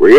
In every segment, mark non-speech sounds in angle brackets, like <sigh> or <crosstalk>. we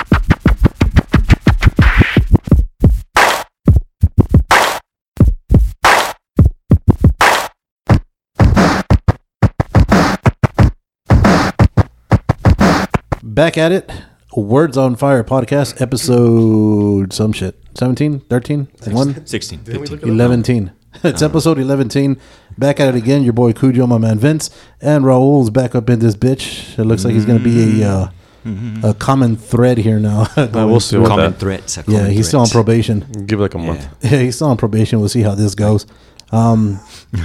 Back at it. Words on Fire podcast episode some shit. 17, 13, 1, 16, 15. 11. <laughs> It's episode 11. Back at it again. Your boy Cujo, my man Vince, and Raul's back up in this bitch. It looks like he's going to be a uh, a common thread here now. <laughs> we'll see what Common that. threats. are yeah, common he's still on threats. probation. Give it like a month. <laughs> Yeah, he's still on probation. We'll see how this goes. Um, <laughs>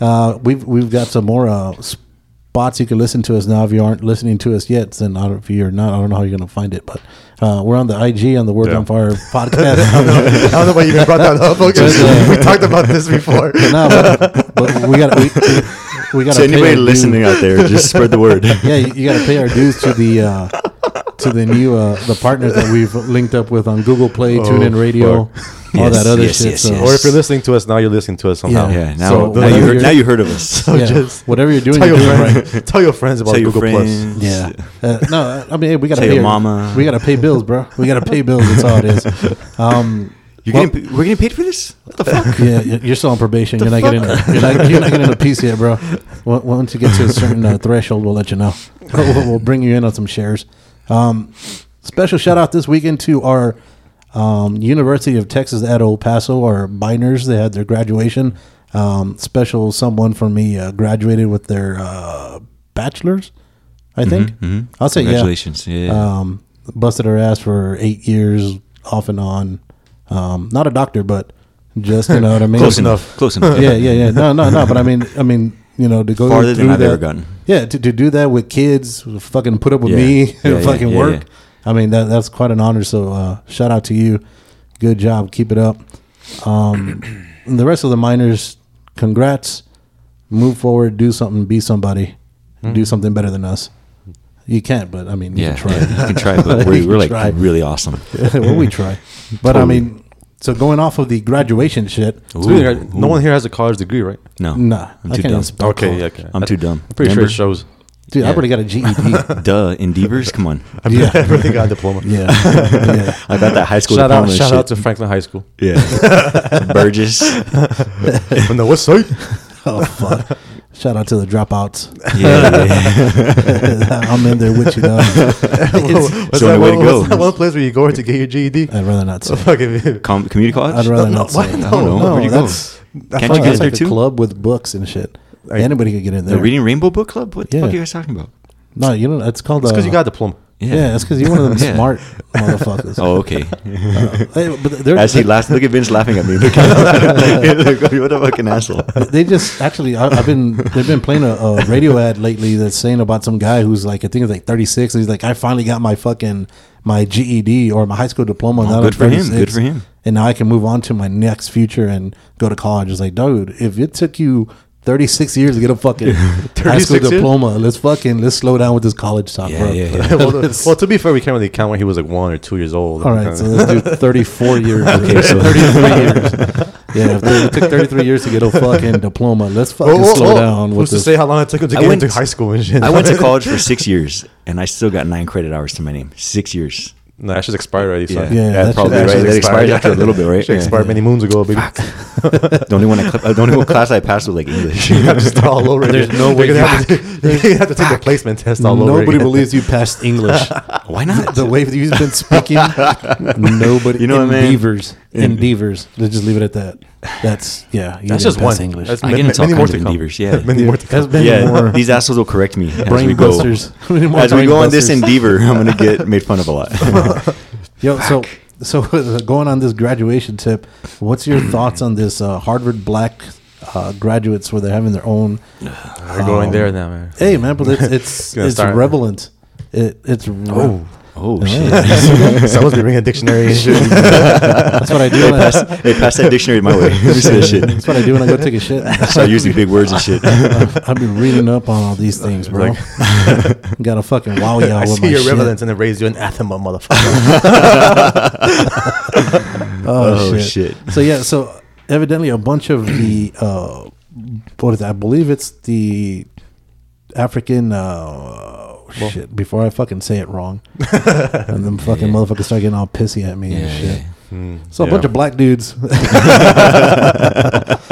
uh, we've we've got some more uh, spots you can listen to us now. If you aren't listening to us yet, then I don't, if you're not, I don't know how you're gonna find it. But uh, we're on the IG on the Word Yeah. on <laughs> Fire podcast. I don't know. I don't know why you even brought that up. Okay. Just, uh, we talked about this before. <laughs> No, but, but we got we, we got So anybody listening out there, just spread the word. <laughs> yeah, you, you got to pay our dues to the uh, to the new uh, the partners that we've linked up with on Google Play, TuneIn Radio, all Oh, Yes, that other yes, shit. yes, so. yes. Or Or if you're listening to us now, you're listening to us somehow. Yeah. Yeah, now, So now, whatever you heard, you're- now you heard of <laughs> us. yeah, just whatever you're <laughs> doing, Tell you're your, doing right. friends, <laughs> tell your friends about Tell your Google Plus. friends. Yeah. Uh, no, I mean, hey, we gotta Tell pay your our- mama. We gotta pay bills, bro. We gotta pay bills. That's all it <laughs> is. Um, You're Well- getting, we're getting paid for this? What the fuck? yeah, y- you're still on probation. You're not getting. You're not, you're not getting a piece yet, bro. Wa- Once you get to a certain uh, threshold, we'll let you know. We'll, we'll- we'll bring you in on some shares. Um, special shout out this weekend to our um, University of Texas at El Paso, our Biners. They had their graduation. Um, special someone from me uh, graduated with their uh, bachelor's. I think I'll say yeah mm-hmm. Congratulations. Yeah. um, busted her ass for eight years off and on. Um, not a doctor, but just you know <laughs> what I mean. Close enough. Close enough. yeah, yeah, yeah. No, no, no. But I mean, I mean, you know, to go Farther than through I've that- ever gotten. Yeah, to, to do that with kids, fucking put up with Yeah. me, <laughs> Yeah, yeah, and fucking yeah, work. yeah. I mean, that that's quite an honor. So uh, shout out to you. Good job. Keep it up. Um, <clears throat> and the rest of the miners, congrats. Move forward. Do something. Be somebody. Hmm. Do something better than us. You can't, but I mean, you Yeah, can try. yeah, <laughs> you can try, <laughs> but You we're, can we're like try. really awesome. <laughs> well, we try. <laughs> But I mean, so going off of the graduation shit, Ooh, So we- no ooh. one here has a college degree, right? <laughs> No, nah, I'm I can't too dumb. even spell Okay, college. yeah, okay. I'm too dumb. I'm pretty Remember? sure it shows. <laughs> dude, I Yeah. already got a <laughs> GED. <laughs> Duh, Endeavors. Come on. yeah, Everything got a diploma. yeah, <laughs> yeah. <laughs> I got that high school Shout out, diploma. shout out shit. to Franklin High <laughs> School. yeah, <laughs> Burgess. <laughs> From the west side. Oh fuck! Shout out to the dropouts. Yeah, yeah. <laughs> I'm in there with you, dog. It's- <laughs> It's the only way to one, go. <laughs> what's that one place where you go to get your E GED? <laughs> I'd rather not say. <laughs> Fucking Com- community college. I'd rather not why say. not? I don't know. No, Where'd you go? that's- Can't Fuck, you get that's in there like a too? club with books and shit. Like- Anybody could get in The there. Reading Rainbow Book Club. What the Yeah. fuck are you guys talking about? No, you know that's called. It's uh, because you got a diploma. Yeah, it's because you're one of them <laughs> Yeah. smart motherfuckers. Oh, okay. Hey, but they're- As he laughs, look at Vince laughing at me. Look at him. <laughs> Look, what a fucking asshole. <laughs> they just actually I, I've been they've been playing a, a radio ad lately that's saying about some guy who's like I think he's like 36 and he's like I finally got my fucking my GED or my high school diploma. now Oh, good I'm for him. 36, Good for him. And now I can move on to my next future and go to college. It's like, dude, if it took you 36 years to get a <laughs> fucking high school 36 years? diploma, let's fucking let's slow down with this college talk, Yeah, bro. <laughs> yeah, yeah. <laughs> <laughs> well, the- well, to be fair, we can't really count when he was like one or two years old. All right, so <laughs> let's do 34 years. Okay, so- 33 years. <laughs> Yeah, if it took 33 years to get a fucking diploma, let's fucking Oh, Whoa, whoa, slow whoa. down with Oh, Who's to this say how long it took him to I get went- into high school and shit? I went to college for six years, and I still got nine credit hours to my name. Six years. No, that should expire already. So. Yeah, Yeah, that that's probably should- right. that That should expires expire. after a little bit, <laughs> right? Should Yeah. expire many moons ago, baby. The only one I, cl- uh, the only one class I passed was like English. <laughs> You have to start all over There's again. no way You're gonna you- have to, <laughs> you're gonna have to take the placement test all over. Nobody again. <laughs> believes you passed English. Why not? the way that you've been speaking, <laughs> nobody. You know what, man? Endeavors, endeavors. Let's just leave it at that. That's yeah. you That's didn't just one. pass English. That's I ma- get into all many more kinds to of come. endeavors. Yeah, <laughs> Many more to There's come. been yeah. <laughs> more These assholes will correct me as we brain go. <laughs> busters. Many more As we brain go on this busters. endeavor, I'm gonna get made fun of a lot. Yo, so so <laughs> going on this graduation tip. What's your thoughts on this uh, Harvard Black uh, graduates where they're having their own? We're going there now, man. Hey man, but it's it's Gonna it's start- relevant. It, it's re- Oh. Oh shit! <laughs> Someone's been bringing a dictionary and shit. <laughs> That's what I do. Hey, When <laughs> I, pass, hey, pass that dictionary my way. Let me see that shit. <laughs> that's what I do when I go take a shit. Start using big words and shit. <laughs> I've been reading up on all these things, bro. <laughs> Got a fucking wow y'all I with see my your shit. relevance and it raised you an anathema, <laughs> motherfucker. Oh, Oh, shit. shit. So yeah, so evidently a bunch of the uh, what is that? I believe it's the African. Uh, shit! Before I fucking say it <laughs> wrong, and them fucking motherfuckers start getting all pissy at me and Yeah, Hmm. shit. yeah. So a Yeah. bunch of black <laughs> dudes. no, no,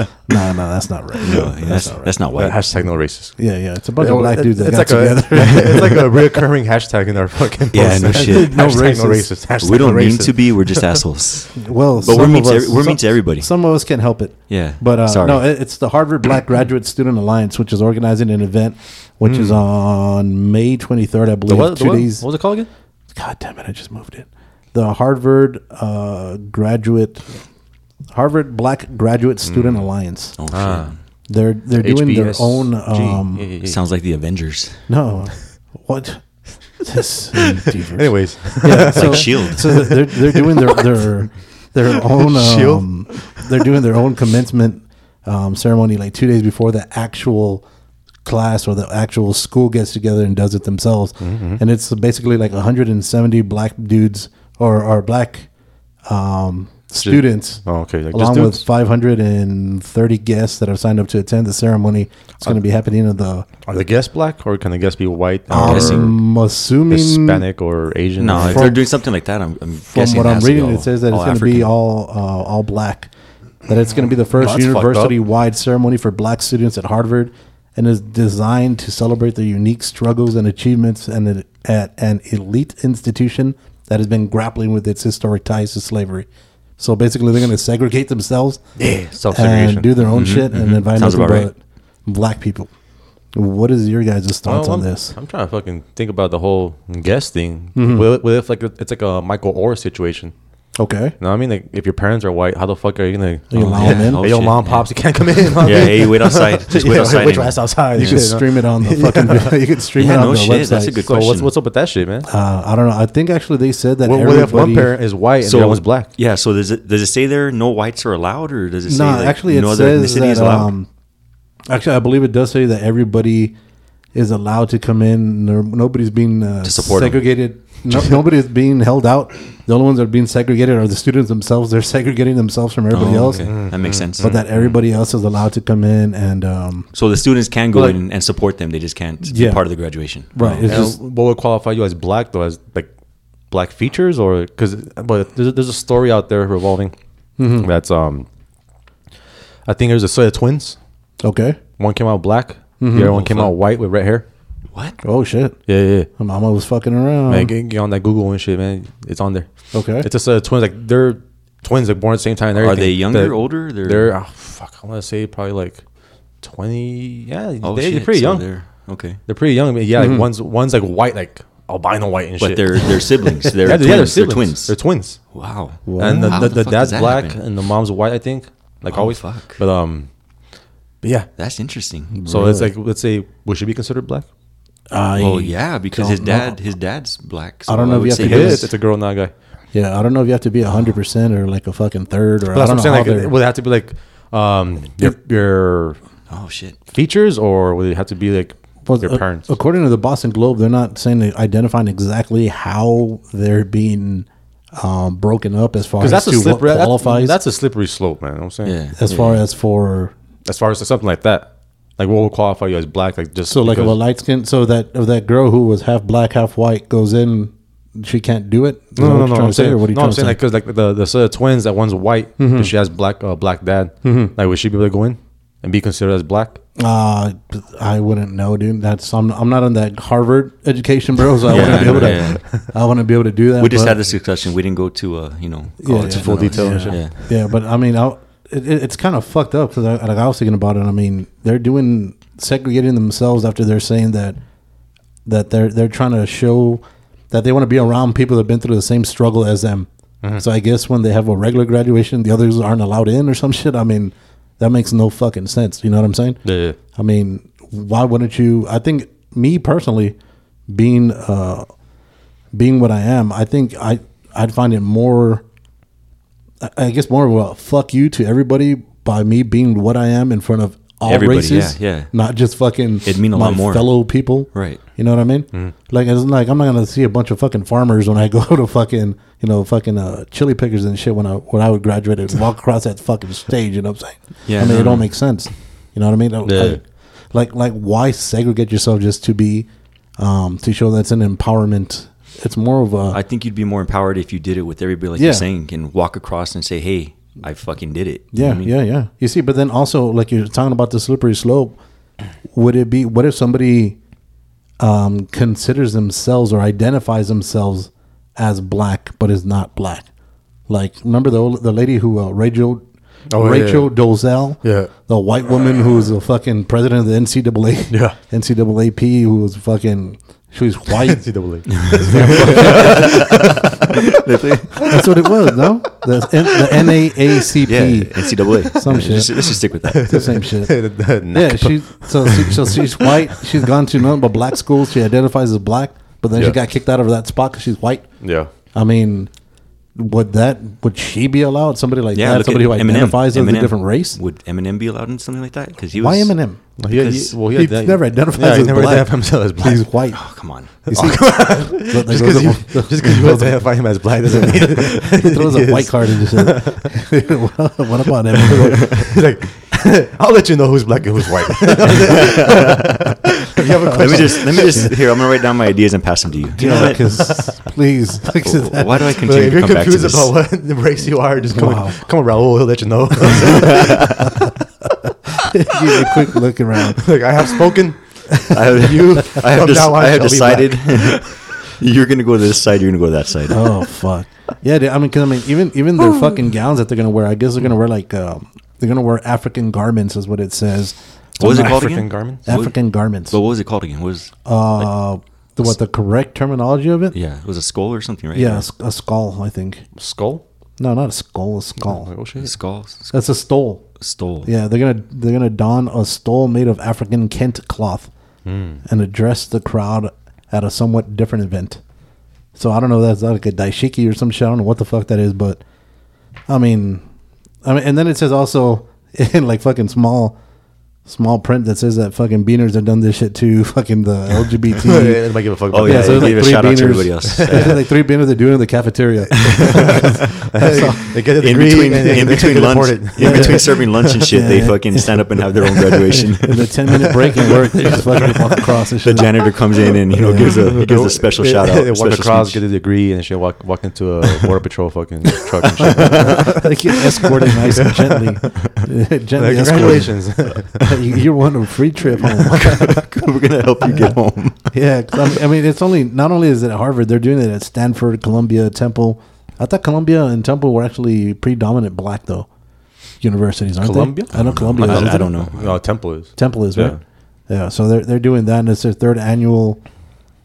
that's not right. No, yeah, that's that's not Uh, white. hashtag no racist. Yeah, yeah, it's a bunch Yeah, of well, black it- dudes that it's like got a- together. <laughs> <laughs> it's like a reoccurring hashtag in our fucking. Yeah, no <laughs> podcast. shit. No <laughs> hashtag no racist. racist. Hashtag We don't no mean racist. to be. <laughs> We're just assholes. Well, But we're some mean of to us- every- we're some- mean to everybody. Some of us can't help it. Yeah. But uh, Sorry. no, it- it's the Harvard <clears throat> Black Graduate Student Alliance, which is organizing an event, which is on May 23rd, I believe. Hmm. The what, the two what? days. What was it called again? God damn it! I just moved it. The Harvard uh, Graduate, Harvard Black Graduate Hmm. Student Alliance. Ah, Oh shit! They're they're doing their HBSG. own. Um, Yeah, yeah, yeah. Sounds like the Avengers. No, <laughs> what? This. Anyways, <laughs> yeah, so, E Shield. so they're they're doing their their their <laughs> own Shield? um, they're doing their own commencement um, ceremony like two days before the actual class or the actual school gets together and does it themselves Mm-hmm. and it's basically like 170 black dudes or or black um, students Oh, okay, like just along with dudes. 530 guests that have signed up to attend the ceremony it's going to be happening at the are the guests black or can the guests be white I'm guessing- or I'm assuming Hispanic or Asian? No, or- if they're doing something like that, I'm, I'm from guessing what it I'm has to reading, be it all- says that it's all going to be African. all uh, all black. That it's going to be the first That's fucked up. university-wide ceremony for black students at Harvard, and is designed to celebrate their unique struggles and achievements and it, at an elite institution that has been grappling with its historic ties to slavery. So basically, they're going to segregate themselves yeah, self and segregation. do their own shit and invite Mm-hmm, Sounds nothing about right. but black people. What is your guys' thoughts on I'm, this? I'm trying to fucking think about the whole guest thing. What, what if like it's like a Michael Orr situation? Okay, You know what I mean? Like if your parents are white, how the fuck are you gonna? Are you allowing yeah. in? Oh, Hey, yo, shit, mom, yeah. pops, you can't come in. you know what I Yeah, <laughs> mean? hey, wait outside. Just wait Yeah, outside. Which and- ass outside. you can stream it on the fucking. <laughs> you can stream it Yeah, on no the shit. website. That's a good So question. what's what's up with that shit, man? Uh, I don't know. I think actually they said that What, what if one everybody- parent is white and the other one's black? Yeah. So does it does it say there no whites are allowed, or does it say No, like, actually, it no other says ethnicity that. is allowed? Um, actually, I believe it does say that everybody is allowed to come in. No- Nobody's being uh, support 'em. segregated. No, nobody is being held out. The only ones that are being segregated are the students themselves. They're <laughs> segregating themselves from everybody Oh, else. okay. That makes Mm-hmm. sense. But that everybody else is allowed to come in and um, so the students can go Like- in and support them. They just can't Yeah. be part of the graduation. right. It's And just what would qualify you as black though? As like black features or because but there's, there's a story out there revolving that's um I think there's a set of twins. okay. One came out black, the other one came out white with red hair. What? Oh shit! Mm-hmm. Yeah, yeah. yeah. My mama was fucking around. Man, get, get on that Google and shit, man. It's on there. Okay. It's a set of twins. Like they're twins, like born at the same time. And everything. they younger, The- older? They're- They're, oh, fuck. I want to say probably like twenty. Yeah, Oh they, shit! are pretty so young. They're, they're- okay. pretty young. I mean, yeah, like one's one's like white, like albino white and But shit. they're they're <laughs> siblings. They're yeah, twins. they're, they're siblings. twins. They're twins. wow. And the, How the, the the fuck does dad's that black happen? and the mom's white, I think. Like Oh, always. fuck. But um, but yeah. That's interesting. So it's like let's say we should be considered black. I Oh, Well, Oh, yeah, because his don't know. dad, his dad's black. So I don't know if would you have say to It Yes. is. his- It's a girl, not a guy. Yeah, I don't know if you have to be hundred percent or like a fucking third or But I that's don't what I'm saying. Like, know how it they're- would have to be like um your your Oh shit! features, or would it have to be like Well, your a- parents? According to the Boston Globe, they're not saying they identifying exactly how they're being um, broken up as far as Because that's to a what slippery that's- qualifies. That's a slippery slope, man. You know what I'm saying. Yeah. as far as for As far as something like that, like what would qualify you as black? Like just so like if a because- light skin. So that if that girl who was half black, half white goes in, she can't do it. Is that No, what no, you're no. trying I'm to say, saying, or what are you no, trying I'm to saying say? Mm-hmm. like because like the the set of twins that one's white, but she has black uh, black dad. Like would she be able to go in and be considered as black? Uh, I wouldn't know, dude. That's I'm, I'm not on that Harvard education, bro. So I Yeah, wouldn't be able to. yeah, <laughs> I wouldn't be able to do that. We just but- had this discussion. We didn't go to uh, you know, all yeah. into Full detail. yeah. Yeah, but I mean, I, it, it- it's kind of fucked up because I, like, I was thinking about it. I mean, they're doing segregating themselves after they're saying that that they're they're trying to show that they want to be around people that've been through the same struggle as them. So I guess when they have a regular graduation, the others aren't allowed in or some shit. I mean, that makes no fucking sense. You know what I'm saying? Yeah. I mean, why wouldn't you? I think me personally, being uh, being what I am, I think I I'd find it more I- I guess more of a fuck you to everybody by me being what I am in front of all Everybody, races. yeah, yeah. Not just fucking It'd mean a my lot more. fellow people. Right. Mm-hmm. You know what I mean? Like it's like I'm not gonna see a bunch of fucking farmers when I <laughs> go to fucking you know, fucking uh, chili pickers and shit when I when I would graduate and walk across that fucking stage, you know what I'm saying? Yeah, I mean no, it don't no. make sense. You know what I mean? I- Yeah. like like why segregate yourself just to be um to show that's an empowerment. It's more of a I think you'd be more empowered if you did it with everybody, like Yeah. you're saying, and walk across and say, "Hey, I fucking did it." You know Yeah, what I mean? yeah, yeah. You see, but then also like you're talking about the slippery slope. Would it be what if somebody um, considers themselves or identifies themselves as black but is not black? Like remember the old, the lady who uh, Rachel Oh, yeah, Rachel Dozell, Yeah. the white woman who was the fucking president of the NCAA, <laughs> Yeah. NCAAP, who was fucking she was white. NCAA. <laughs> That's what it was, no? The, N- the NAACP. Yeah, NCAA. <laughs> Some Yeah, shit. Just, let's just stick with <laughs> that. It's the same shit. yeah, yeah, she so she, so she's white. She's gone to none but black schools. She identifies as black, but then she Yeah. got kicked out of that spot because she's white. Yeah. I mean, would that would she be allowed? Somebody like Yeah, that, look somebody at who Eminem. identifies as Eminem. a different race. Would Eminem be allowed in something like that? Because he was Why Eminem? he, Because well, he, He ident- never identifies Yeah, he as never black. identified himself as black. He's white. Oh, come <laughs> on. You see, But there just goes because <laughs> a- you, just <laughs> 'cause <laughs> you identify him as black doesn't mean he throws a Yes. white card and just says, <laughs> "What about Eminem?" He's like, I'll let you know who's black and who's white. If you have a Let me question, just let me just here. I'm gonna write down my ideas and pass them to you. You know, because please, <laughs> <laughs> Why do I like, continue if to you're come back to confused this? about what race you are, just come, Wow. come around. Raul, he'll let you <laughs> know. <laughs> give you a quick look around. like, I <laughs> have spoken. <laughs> I have, <laughs> You I have, from des- now on I have shall be decided <laughs> you're gonna go to this side. You're gonna go to that side. Oh fuck. Yeah, dude, I mean, cause I mean, even even their fucking gowns that they're gonna wear, I guess they're gonna wear like um, they're gonna wear African garments, is what it says. What was it African called African again? garments? What- African garments. But what was it called again? What was Oh. uh, the, what the correct terminology of it? yeah, it was a skull or something, right? Yeah, a s- a, skull, I think. Skull? No, not a skull, a skull. Oh, shit. skull, That's a stole. stole. Yeah, they're gonna they're gonna don a stole made of African Kent cloth, Hmm. and address the crowd at a somewhat different event. So I don't know if that's like a daishiki or some shit. I don't know what the fuck that is, but I mean, I mean, and then it says also <laughs> in like fucking small, small print that says that fucking beaners have done this shit too. <laughs> Fucking <laughs> the LGBT. Anybody Oh, give a fuck Oh, about yeah, that? so there's give a shout out to everybody else. <laughs> there's like three beaners that do it in the <laughs> cafeteria. <laughs> They get In a degree between, and- in and they between get lunch, deported. in between serving lunch and shit, they fucking stand up and have their own <laughs> graduation. in the ten minute break in work, they just fucking walk across and The shit. janitor comes in and you know gives a <laughs> he gives a special They- shout out. They walk special across, speech. get a degree, and she walk walk into a <laughs> border patrol fucking truck and <laughs> <laughs> shit. they get escorted nice and gently. gently Like, escorted. congratulations. <laughs> You- You're one of free trip home. <laughs> <laughs> We're gonna help you <laughs> get home. yeah, 'cause I mean- I mean, it's only not only is it at Harvard, they're doing it at Stanford, Columbia, Temple. I thought Columbia and Temple were actually predominant black though universities, aren't Columbia? they? I know Columbia. I is. don't, I don't know. no, Temple is. Temple is right. Yeah. so they're they're doing that, and it's their third annual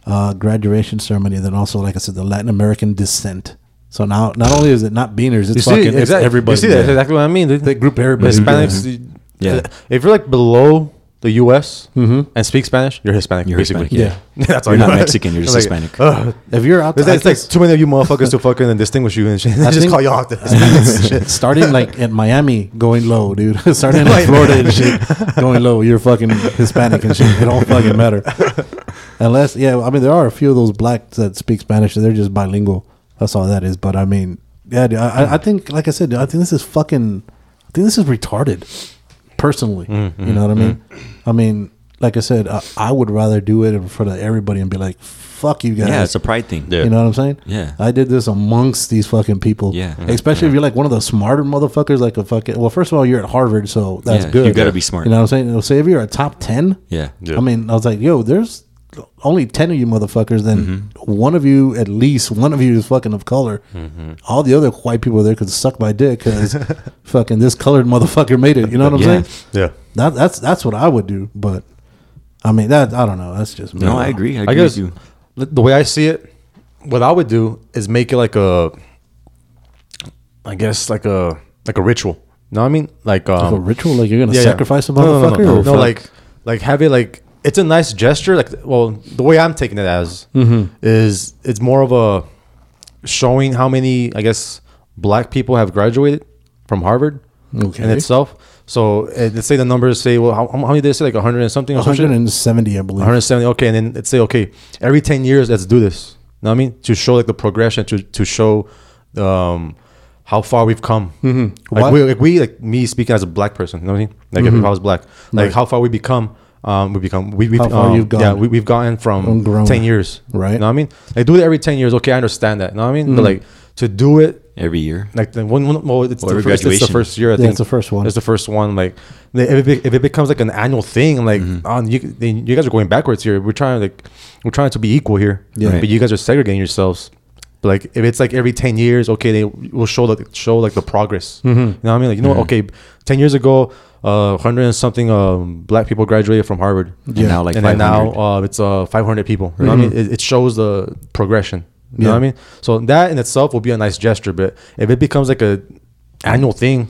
uh, graduation ceremony. Then also, like I said, the Latin American descent. So now, not only is it not beaners, it's fucking it's exact- everybody. You see, that's exactly what I mean. They, they group everybody together. Hispanics. you- Yeah. If you're like below the U.S. Mhm. and speak Spanish, you're Hispanic. You're basically. <laughs> Hispanic, yeah. that's all You're you not are. Mexican. You're just Like, Hispanic. Ugh. If you're out, There's, I like- it's like guess- too many of you motherfuckers to fucking distinguish you and shit. <laughs> They just think- call you out. there. starting like at Miami, going low, dude. <laughs> starting like Florida and shit, going low. You're fucking Hispanic and shit. It don't fucking matter. Unless, yeah, I mean, there are a few of those blacks that speak Spanish. They're just bilingual. That's all that is. But I mean, yeah, dude, I, I- I think, like I said, dude, I think this is fucking. I think this is retarded. Personally, Mm, you know what I mean. I mean, like I said, I, I would rather do it in front of everybody and be like, "Fuck you guys." Yeah, it's a pride thing. Yeah. You know what I'm saying? Yeah. I did this amongst these fucking people. Yeah. Especially if you're like one of the smarter motherfuckers, like a fucking. Well, first of all, you're at Harvard, so that's Yeah, you good. gotta be smart. You know what I'm saying? So if you're a top 10, Yeah. I mean, I was like, yo, there's only 10 of you motherfuckers, then Mm-hmm. one of you, at least one of you is fucking of color. Mm-hmm. All the other white people there could suck my dick <laughs> because fucking this colored motherfucker made it. You know what I'm Yeah. saying? yeah. That, that's that's what I would do, but I mean that I don't know. That's just me. No, I agree. I I agree guess with you. the the way I see it, what I would do is make it like a, I guess like a like a ritual. You know what I mean? Like um, A ritual like you're gonna yeah, yeah. sacrifice a No, no, no, motherfucker? No, no, or no, like like have it like it's a nice gesture. Like, well, the way I'm taking it as Mm-hmm. is it's more of a showing how many, I guess, black people have graduated from Harvard in Okay. itself. So uh, let's say the numbers say, well, how, how many did they say? Like 100 and something? Or some shit? 170, I believe. 170. Okay, and then let's say, okay, every 10 years, let's do this. You know what I mean? To show like the progression, to to show um, how far we've come. Mm-hmm. Why- Mm-hmm. Like, we, like we, like me speaking as a black person. You know what I mean? Like if I was black, like how far we become. Um, we become we, we've How far um, you've yeah gone. we, we've gotten from From grown. 10 years Right. Mm-hmm. you know what i mean like do it every 10 years okay i understand that you know what i mean but like to do it every year. like the one, one well, it's, Or the first, it's the graduation. first year. I Yeah, think it's the first one. It's the first one. Like the- if it, be- if it becomes like an annual thing, I'm like Mm-hmm. on you, then you guys are going backwards here. We're trying like we're trying to be equal here. Yeah. But you guys are segregating yourselves. But like if it's like every ten years, okay, they will show like show like the progress. Mm-hmm. You know what I mean? Like you know, what? okay, Mm-hmm. ten years ago, uh, hundred and something um, black people graduated from Harvard. Yeah. now, like, and then now 500. uh, it's uh, five hundred people. You know what I mean? It, it shows the progression. You know Yeah. what I mean? So that in itself will be a nice gesture, but if it becomes like a annual thing,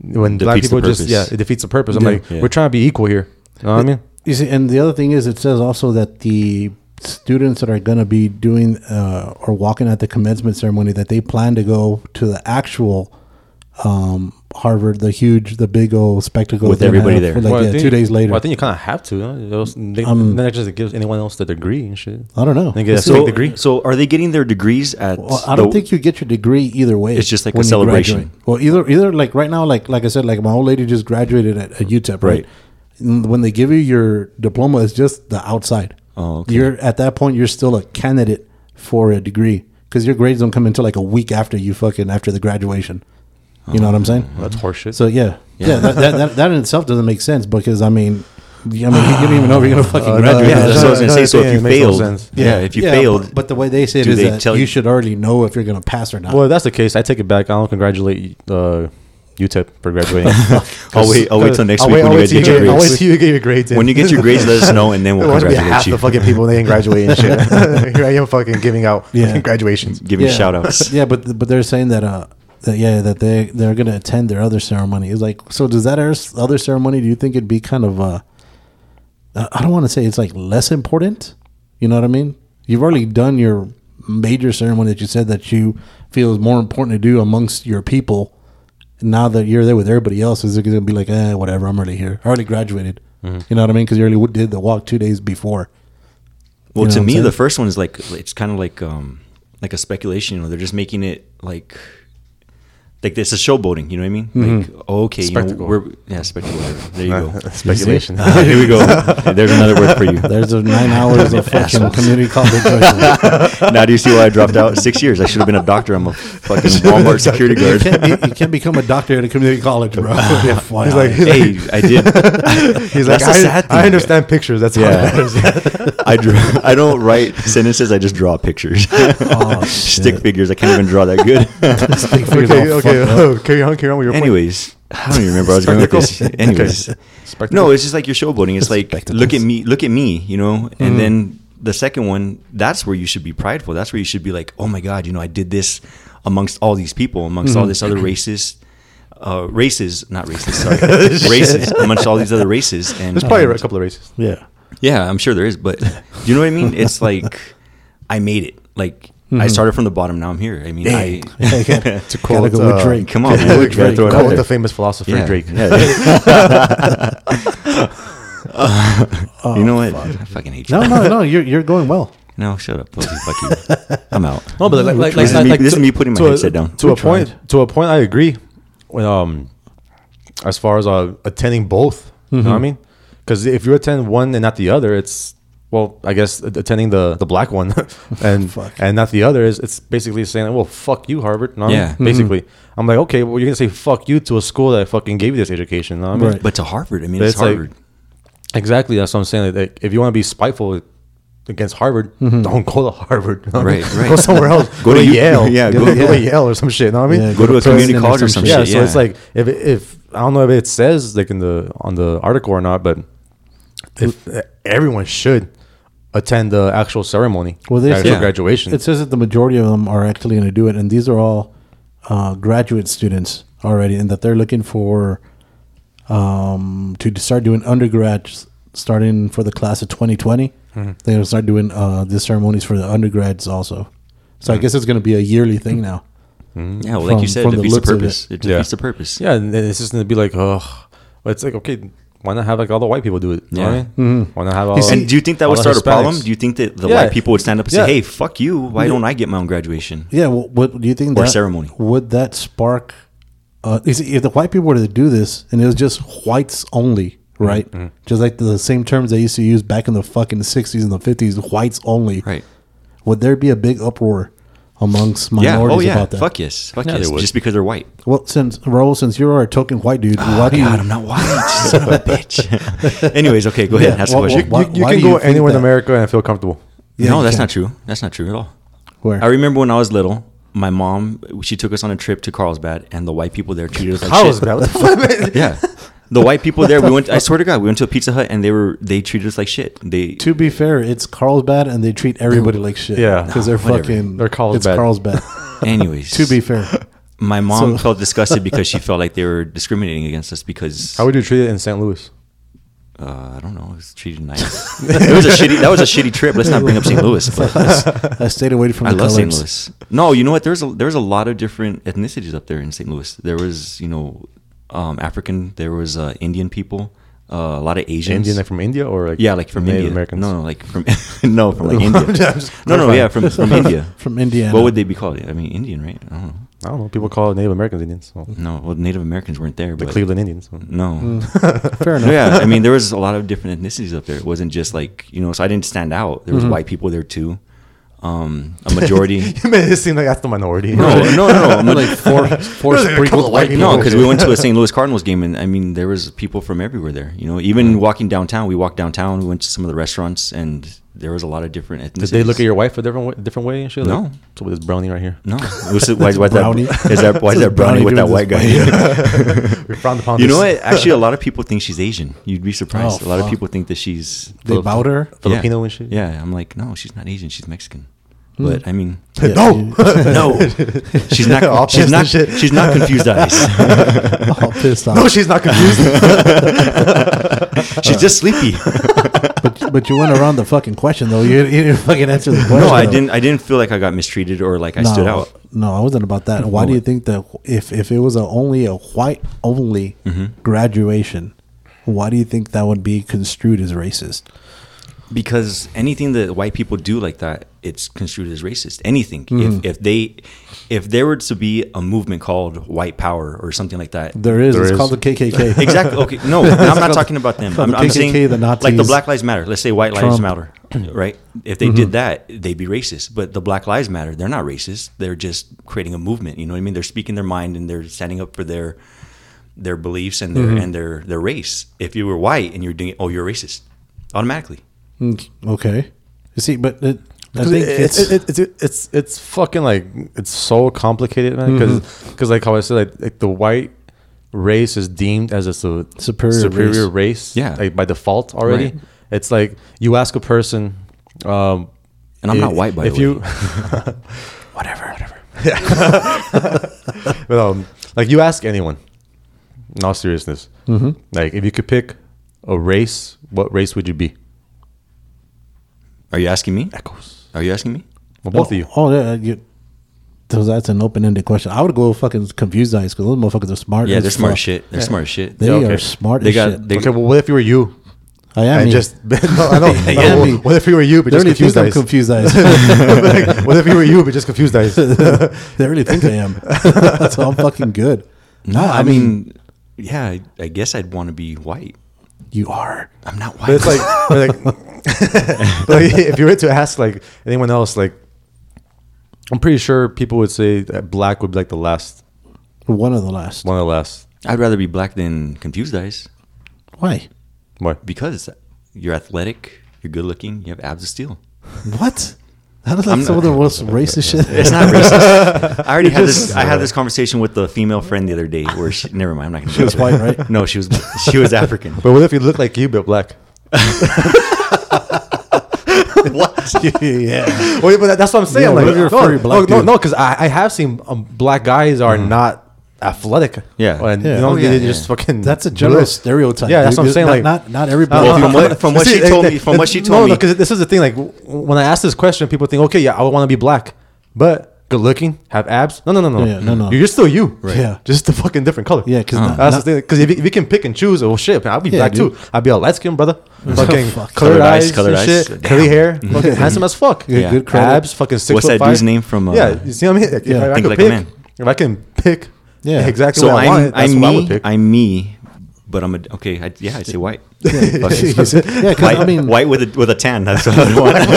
when black Defeats the people just yeah, purpose. it defeats the purpose. I'm Yeah. like, Yeah. we're trying to be equal here. You know what I mean? You see, and the other thing is, it says also that the students that are going to be doing uh, or walking at the commencement ceremony that they plan to go to the actual um, Harvard, the huge, the big old spectacle With they're gonna everybody have there. for, Like, Well, I yeah, think- two days later. well, I think you kind of have to. Huh? Else They, Um, Oh. then that just gives anyone else the degree and shit. I don't know. They get a It's- fake <laughs> So, degree. so are they getting their degrees at? Well, I don't the- think you get your degree either way. It's just like a when you celebration. graduate. Well, either either like right now, like like I said, like my old lady just graduated at, at UTEP, right? Right. And When they give you your diploma, it's just the outside. Oh, okay. You're at that point, you're still a candidate for a degree because your grades don't come until like a week after you fucking after the graduation. You Oh. know what I'm saying? That's horseshit. So yeah, yeah. that, that, that that in itself doesn't make sense because I mean, I mean, you don't even know if you're <sighs> gonna fucking graduate. Oh, yeah, that's what I was no, gonna say. no, So uh, yeah, if it you makes no failed, sense. yeah, if you Yeah, failed, but, but the way they say it do is they that tell you you- should already know if you're gonna pass or not. well, if that's the case. I take it back. I don't congratulate uh, UTEP for graduating. <laughs> I'll wait. I'll wait till next I'll week wait, when I'll you wait guys till you get your get, I'll wait grades. till you get your grades. in. When you <laughs> get your grades, let us know, and then It we'll must be congratulate half you. the fucking people they didn't graduate <laughs> and shit. <laughs> Here I am fucking giving out Yeah. fucking graduations. Giving shout outs. <laughs> Yeah, but but they're saying that uh that yeah that they they're gonna attend their other ceremony. It's like so does that others- other ceremony? Do you think it'd be kind of uh I I don't want to say it's like less important. You know what I mean? You've already done your major ceremony that you said that you feel is more important to do amongst your people. Now that you're there with everybody else, is it going to be like, eh, whatever? I'm already here. I already graduated. Mm-hmm. You know what I mean? Because you already w- did the walk two days before. You Well, know what to I'm me, the saying? first one is like it's kind of like um like a speculation. You know, they're just making it like like this is showboating. You know what I mean? Like okay, you know, Spectacle. we're yeah, spectacle. whatever. There you go. <laughs> Speculation. Ah, <laughs> here we go. <laughs> There's another word for <laughs> you. <laughs> There's a nine hours of fucking Assholes. community <laughs> college. now do you see why I dropped out six years? I should have been a doctor. I'm a fucking Walmart security You guard. can't, be, you can't become a doctor at a community college, <laughs> bro. FYI. He's like, <laughs> <laughs> he's hey, I did. He's like, That's the I, sad I thing. understand pictures. That's all <laughs> that matters. Yeah, <laughs> I drew, I don't write sentences. I just draw pictures. <laughs> Oh, Stick shit. figures. I can't even draw that good. Stick figures okay, all okay. fucked up. carry on, carry on with your point. Anyways, <laughs> I don't even remember where I was going with this. Anyways, <laughs> no, it's just like you're showboating. It's like look at me, look at me, you know. And Mm-hmm. then the second one, that's where you should be prideful. That's where you should be like, oh my god, you know, I did this amongst all these people, amongst Mm-hmm. all this other racist. Uh, races, not racist, <laughs> sorry, races amongst all these other races, and Um, There's probably a couple of races. Yeah. yeah, I'm sure there is, but you know what I <laughs> mean? It's like I made it. Like Mm-hmm. I started from the bottom. Now I'm here. I mean, <laughs> I to quote, Gotta go with uh, Drake. come <laughs> on, man. Quote We gotta throw it out the there. famous philosopher Yeah, Drake. yeah. you know what? Oh, I fucking hate you. <laughs> No, no, no. You're, you're going well. No, shut up. Pussy. Fuck you. I'm out. No, but like, like, like, This is me- like this to- is me putting my to a- headset down. To a point, to a point, I agree. When, um, as far as uh, attending both, you Mm-hmm. know what I mean? Because if you attend one and not the other, it's well, I guess a- attending the, the black one <laughs> <laughs> and and not the other is it's basically saying, well, fuck you, Harvard. you know what I mean? Yeah. Mhm. basically, I'm like, okay, well, you're gonna say fuck you to a school that fucking gave you this education. you know what I mean? Right. But to Harvard, I mean, But it's, it's like- Harvard. Exactly, that's what I'm saying. Like, like, if you want to be spiteful against Harvard, don't go to Harvard. you know what I mean? Mm-hmm. Right, right. <laughs> Go somewhere else. Go to U- Yale. <laughs> yeah, go, go- to- go to yeah. Yale or some shit. You know what I mean? Yeah, Go to a community Princeton or college or some some shit. yeah, shit. so it's like if if I don't know if it says like in the on the article or not, but if everyone should attend the actual ceremony, Well, the they actual Yeah. graduation. It says that the majority of them are actually going to do it, and these are all uh, graduate students already, and that they're looking for um, to start doing undergrad starting for the class of 2020, they're gonna start doing uh, the ceremonies for the undergrads also. So I guess it's gonna be a yearly thing now. Yeah, well, like From- you said, from it the defeats the looks of purpose. It, Yeah. defeats the purpose. Yeah, and it's just gonna be like, oh, it's like okay, why not have like all the white people do it? You know what I mean? Why not have all? And do Mm-hmm. you think that Oh, all would the start a problem? Hispanics? Do you think that the Yeah. white people would stand up and Yeah. say, "Hey, fuck you! Why don't I get my own graduation?" Yeah, well, what do you think? Or that- ceremony. Would that spark? Uh, is if the white people were to do this, and it was just whites only, Mm-hmm. right? Just like the same terms they used to use back in the fucking sixties and the fifties, whites only. Right. Would there be a big uproar amongst Yeah. minorities Oh yeah. about that? Fuck yes. Fuck Yeah, they yes. would. Just because they're white. Well, since Raul, since you're a token white dude, why do you? Oh, God, I'm not white. Son of a bitch. Anyways, okay, go ahead. Yeah, ask well, a question. well, you, you why can do you go think anywhere that? in America and feel comfortable. Yeah, no, you that's can. not true. That's not true at all. Where? I remember when I was little, my mom she took us on a trip to Carlsbad, and the white people there treated us like shit. <laughs> Yeah, the white people there. We went. I swear to God, we went to a Pizza Hut, and they were they treated us like shit. They to be fair, it's Carlsbad, and they treat everybody like shit. Yeah. because they're Whatever. fucking. They're It's <laughs> Carlsbad. Carlsbad. anyways. to be fair, my mom so- <laughs> felt disgusted because she felt like they were discriminating against us because How would you treat it in St. Louis? uh, I don't know. It was <laughs> treated nice. it was a shitty. That was a shitty trip. Let's not bring up St. Louis. But I stayed away from. I the love St. colors. Louis. No, you know what? There's a there's a lot of different ethnicities up there in St. Louis. There was you know um, African. There was uh, Indian people. Uh, a lot of Asians. Indian, like from India, or like yeah, like from Native India. Americans. No, no, like from <laughs> no from <laughs> like India. no, no, Oh, yeah, <laughs> from from India. From Indiana. What would they be called? I mean, Indian, right? I don't know. I don't know. People call Native Americans Indians. so- No, well, Native Americans weren't there, The but Cleveland Mm. Indians. <laughs> so. no. Fair enough. No, yeah, I mean, there was a lot of different ethnicities up there. It wasn't just like you know, so I didn't stand out. There was Mm-hmm. white people there too. Um, a <laughs> majority. <laughs> You made it seem like that's the minority. no, no, <laughs> no, no. like four, four There's like a sprinkled couple of white white people. No, because we went to a St. Louis Cardinals game, and I mean, there was people from everywhere there. You know, even walking downtown, we walked downtown. We went to some of the restaurants, and there was a lot of different. Ethnicities. <laughs> Did they look at your wife a different way, different way and shit? No. So with this brownie right <laughs> here, No, What's it- why, <laughs> why Brownie. that? Is that why is that brownie with that white guy? we frowned upon. you know this what? Actually, a lot of people think she's Asian. You'd be surprised. Oh, a lot fuck. of people think that she's They bowed her. Filipino yeah. and shit. Yeah, I'm like, no, she's not Asian. She's Mexican. But I mean, no, <laughs> <laughs> no, she's All not. she's pissed not. and shit. She's not confused eyes. all Oh, pissed off. No, she's not <laughs> confused. she's just sleepy. but, but you went around the fucking question though. You, you didn't fucking answer the question. No, I though. didn't. I didn't feel like I got mistreated or like I No, stood out. No, I wasn't about that. Why do you think that if if it was a only a white only Mm-hmm. graduation, why do you think that would be construed as racist? because anything that white people do like that it's construed as racist anything if, Mm-hmm. if they if there were to be a movement called white power or something like that There is. There it's is. called the KKK. exactly okay no i'm not talking about them i'm, I'm KKK, saying the like the Nazis. black lives matter let's say white lives Trump. Mm-hmm. matter right if they did that they'd be racist but the black lives matter they're not racist they're just creating a movement you know what i mean they're speaking their mind and they're standing up for their their beliefs and their Mm-hmm. and their their race if you were white and you're doing it oh you're racist automatically Mm, <laughs> Okay. You see, but it, I Because think it- it's, it's, it's, it's it's it's fucking like it's so complicated, man. Because like how I said, like, like the white race is deemed as a su- Superior superior race, Yeah. like by default already. Right. It's like you ask a person, um, and i'm i- not white by if the way you <laughs> whatever, whatever. Yeah, but, um, like you ask anyone, in all seriousness, like if you could pick a race, what race would you be? Are you asking me? Echoes. Are you asking me? Well, both of you. Oh, yeah, you. So that's an open-ended question. I would go fucking confused eyes because those motherfuckers are smart. Yeah, as they're smart fuck. shit. They're smart shit. They Yeah, are smart. They as got- shit. they- Okay, well, what if you were you? I am. and me. just <laughs> no, I know. Yeah, no, me. what, if you were you, but they just really think confused I'm eyes? confused eyes. <laughs> Like, what if you were you, but just confused eyes? they really think I am. <laughs> so I'm fucking good. No, I mean, yeah, I, I guess I'd want to be white. You are. I'm not But white. it's like, but like, <laughs> but like, if you were to ask like anyone else, like I'm pretty sure people would say that black would be like the last, One of the last. one of the last. <laughs> I'd rather be black than confused eyes Why? What? because you're athletic, you're good looking, you have abs of steel. What? That is like some of the most racist shit. It's not racist. I already had this. I had this conversation with the female friend the other day where she. Never mind. I'm not going to. She was white, right? <laughs> No, she was. She was African. But what if you look like you but black? <laughs> yeah. Well, but that- that's what I'm saying. Yeah, like, what if you're a no, furry no, black no, dude? no, because I, I have seen um, black guys are not athletic. Yeah. and Mm-hmm. Yeah. you know Oh, yeah, they yeah. just <laughs> fucking That's a general blitz. stereotype. Yeah, that's dude. what I'm saying. Not- like not not everybody. Well, No, from no, what- no. from what she Uh-huh. See, told it- me- from what she it- told no, me- because this is the thing. Like w- when I ask this question, people think, okay, yeah, I want to be black, but good looking, have abs. No, no, no, no, Yeah, no, no. You're just still you. Right. Yeah. just a fucking different color. Yeah, 'cause not- that's not- the thing. Because if, you- if you can pick and choose, oh shit, I'll be Yeah, black dude. too. I'd be a light skin brother. fucking <laughs> Fuck. colored Colored eyes, eyes, colored and eyes. shit, <laughs> curly hair, fucking handsome as fuck. Yeah, good credit. abs, fucking six What's foot that five. dude's name from, uh, yeah, you see what I mean? If, Yeah. Think I, could Like a pick, Man. if I can pick, Yeah. exactly So what I'm, I want. That's I'm what I me. would pick. I'm me, but I'm a okay. I, yeah, I <laughs> say white. <laughs> yeah, because White, I mean, white with a with a tan. That's what <laughs> I want.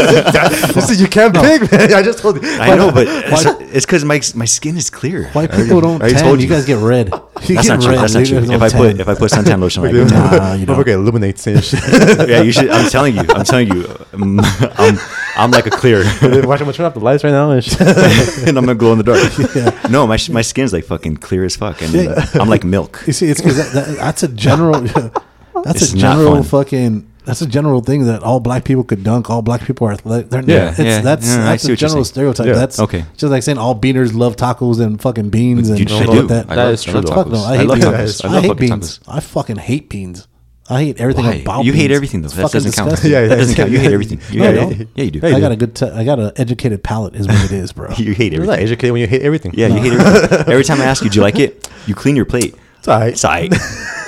This <laughs> is- you can't pick, man. <laughs> I just told you. I know, but it's- it's because my my skin is clear. white people don't I tan. told you. you. guys get red. <laughs> You That's get not true. red, That's not dude. true. There's no If I put tan. if I put suntan lotion <laughs> on, it, <laughs> Nah, Uh, you don't. Okay, illuminates and shit. <laughs> yeah, you should. I'm telling you. I'm telling you. um, <laughs> I'm I'm like a clear, <laughs> Watch, I'm gonna turn off the lights right now. And <laughs> shit. and I'm gonna glow in the <laughs> dark. No, my sh- my skin's like fucking clear as fuck, and uh, I'm like milk. <laughs> You see, it's because that, that, that's a general. <laughs> that's It's a not general fun. fucking. That's a general thing that all black people could dunk. All black people are athletic. They're Yeah, not. It's, yeah. That's No, no, I that's see a what you're general saying. stereotype. Yeah. That's Okay. Just like saying all beaners love tacos and fucking beans and Dude, shit I like do. that. I love- is I true, love though. Fuck tacos. no, I I hate love beans. tacos. I I, love hate fucking beans. tacos. I fucking hate beans. I hate everything Why? about You beans. hate everything though. It's That fucking doesn't count. disgusting. Yeah, that yeah, doesn't count. You hate yeah. everything. You No, hate I everything. don't. Yeah, you do. I got a good. T- I got an educated palate, is what it is, bro. <laughs> You hate You're everything. not educated when you hate everything. Yeah, you hate everything. Every time I ask you, do you like it? You clean your plate. It's all right. It's aight.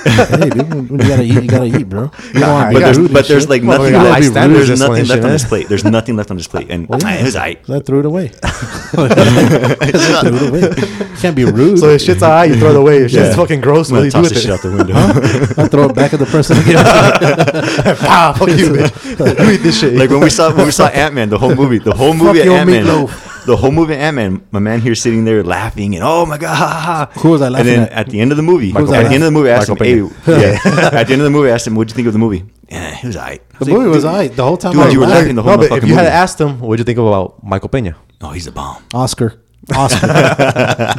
hey, dude, when when you gotta eat, you gotta eat, bro. You don't wanna be But But there's, rude and but there's shit. like Well, we nothing, got left, high standards there's this nothing one, left shit, on this man. plate. There's nothing left on this plate. And it was aight. So I threw it <laughs> away. <laughs> I threw it away. Can't be rude. So if shit's all right, you throw it away. If shit's Yeah. fucking gross, I'm what do gonna you do toss this with shit out it? the <laughs> window. I throw it back at the person again. <laughs> Ah, fuck you, bitch. You eat this shit. like when we saw when we saw Ant Man, the whole movie, the whole movie your Ant Man, meatloaf. the whole movie Ant Man. My man here sitting there laughing and oh my god, ha, ha, ha." Who was I laughing And then at? at the end of the movie, was I at the laughing- end of the movie, I asked him, Michael hey, Pena. yeah. <laughs> at the end of the movie, I asked him, what'd you think of the movie? Yeah, it was aight. The movie was alright the whole time. Dude, I was you were laughing. laughing the no, whole but if fucking you had movie. asked him, what'd you think about Michael Pena? Oh, he's a bomb. Oscar. <laughs> Oscar,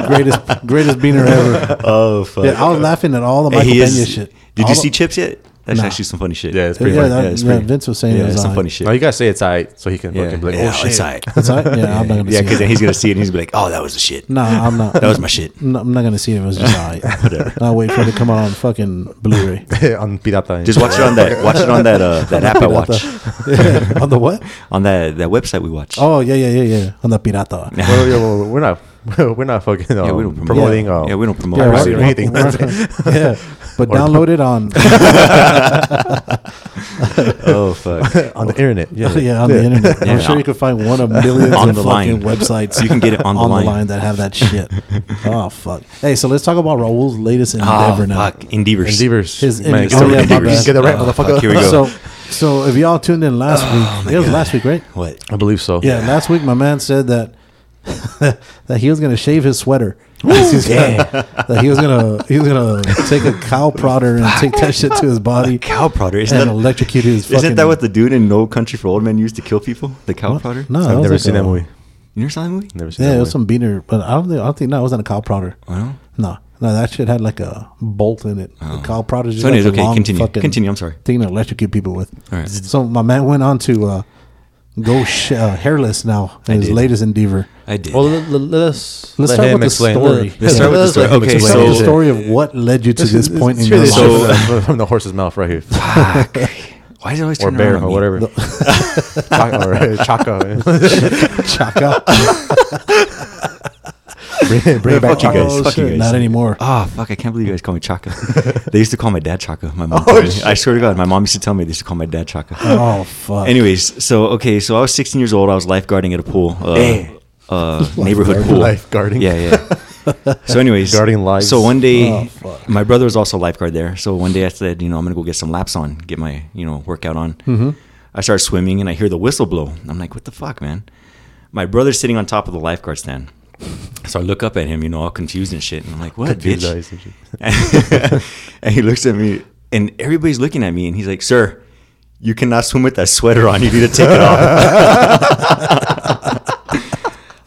greatest greatest beaner ever. Oh fuck. Yeah, I was laughing at all the Hey, Michael he Pena is- shit. Did All you the- see Chips yet? That's Nah. actually some funny shit. Yeah, it's pretty Yeah, funny. that- Yeah, it's yeah, pretty- Vince was saying it yeah, was it's some alright. funny shit. No, you gotta say it's all right, so he can Yeah, fucking be like, yeah, oh shit. it's aight. That's all right. Yeah, I'm not gonna <laughs> Yeah, see because it. then he's gonna see it and he's gonna be like, "Oh, that was the shit. No, I'm not. That was my shit." No, I'm not gonna see it. It was just all right. Whatever. I'll wait for it to come out on fucking Blu-ray. <laughs> on pirata. <laughs> and Just shit. watch it on that. Watch it on that. Uh, that app <laughs> I <laughs> watch. Pirata. on the what? On that that website we watch. <laughs> Oh yeah, yeah, yeah, yeah. On the pirata. Well, yeah, well, we're not. We're not <laughs> fucking. Um, yeah, we don't promote. promoting. Yeah, um, yeah, we don't promote. Yeah, piracy right. or anything. anything. yeah, but download it on <laughs> Oh <laughs> fuck! <laughs> on the internet. Yeah, <laughs> yeah on the internet. Yeah. I'm sure you can find one of millions On of the fucking line. websites. You can get it on the line. that have that <laughs> shit. oh fuck! Hey, so let's talk about Raul's latest endeavor Oh now. fuck! Endeavors. Endeavors. His Man, Endeavors. so Oh, yeah, my <laughs> Endeavors. bad. Get that right, Oh, fuck, motherfucker. Here <laughs> we go. Oh, So, so if y'all tuned in last week, it was last week, right? what? I believe so. Yeah, last week my man said that <laughs> that he was gonna shave his sweater. He's gonna- <laughs> that he was gonna he was gonna take a <laughs> cow prodder and take that shit to his body. Cow prodder. Isn't and that- electrocute his fucking. Isn't that what the dude in No Country for Old Men used to kill people? The cow prodder. No, I've was never like seen a- that movie. you never saw that movie? Never seen Yeah, that it movie. was some beaner, but I don't think I don't think no, it wasn't a cow prodder. Well, No, no, that shit had like a bolt in it. The cow prodder. just Oh. So anyways, like a okay, long continue. fucking Continue, I'm sorry. Thing to electrocute people with. All right. So my man went on to uh, go sh- uh, hairless now. In his did. latest endeavor. I did. Well, let, let, let us Let's let start him with the explain. story. Let- Let's start with the let story. him Okay, Tell explain. me the so- story of what led you to this point in Hear your this life. So- shit from- <laughs> from the horse's mouth right here, Why is it always or turn bear around on me? or whatever. <laughs> Chaka, or <laughs> uh, Chaka. <laughs> Chaka. bring, bring it back, Fuck you Chaka. guys. Fuck you guys. Not <laughs> anymore. Ah, fuck! I can't believe you guys call <laughs> me Chaka. they used to call my dad Chaka. My mom. told me. I swear to God, my mom used to tell me they used to call my dad Chaka. Oh fuck. Anyways, so okay, so I was 16 years old. I was lifeguarding at a pool, uh, Eh. <laughs> uh, neighborhood pool. <laughs> Lifeguarding. Yeah, <laughs> yeah. so, anyways, Guarding lives. So one day, Oh, fuck. my brother was also a lifeguard there. So one day, I said, you know, I'm gonna go get some laps on, get my you know workout on. Mm-hmm. I start swimming, and I hear the whistle blow. I'm like, what the fuck, man? My brother's sitting on top of the lifeguard stand. So I look up at him, you know, all confused and shit, and I'm like, "What, Confused bitch?" eyes and shit. <laughs> and he looks at me, and everybody's looking at me, and he's like, "Sir, you cannot swim with that sweater on. You need to take it off." <laughs> <laughs>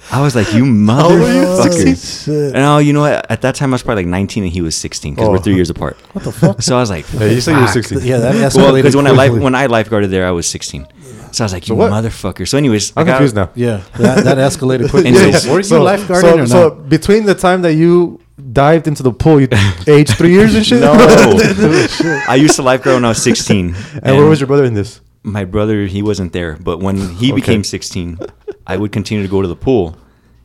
I was like, "You motherfucker!" shit. And oh, you know what? At that time, I was probably like 19, and he was 16 because we're Oh. three years apart. What the fuck? So I was like, <laughs> Yeah, you said you were "Fuck." 16. Yeah, that escalated <laughs> Well, because when I life, quickly. when I lifeguarded there, I was 16. So I was like, you what? motherfucker. So, anyways, I'm I got- confused now. Yeah, that, that escalated quickly. Anyways, were you lifeguarding so, or not? so between the time that you dived into the pool, <laughs> you aged three years and shit. <laughs> Oh, No, Oh, I used to lifeguard when I was 16. And, where was your brother in this? my brother? He wasn't there, but when he Okay. became 16, I would continue to go to the pool.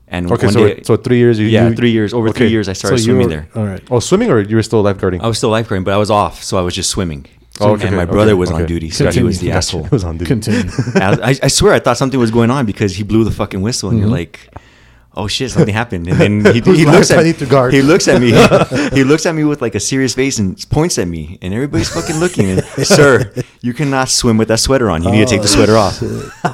And Okay, one so day, so three years. You, yeah, you- three years over three okay. years, I started So you swimming were- there. All right. Oh, swimming or you were still lifeguarding? I was still lifeguarding, but I was off, so I was just swimming. Oh, okay, and my okay, brother was on okay. duty, so he Continue. was the Gotcha. <laughs> asshole. It was on duty. Continue. I, I swear, I <laughs> thought something was going on because he blew the fucking whistle, and Mm-hmm. you're like, "Oh shit, something happened." And <laughs> then he, Whose he looks life I at need to guard. he looks at me, <laughs> he looks at me with like a serious face and points at me, and everybody's fucking looking. And, <laughs> Sir, you cannot swim with that sweater on. You need to take the Oh, sweater off.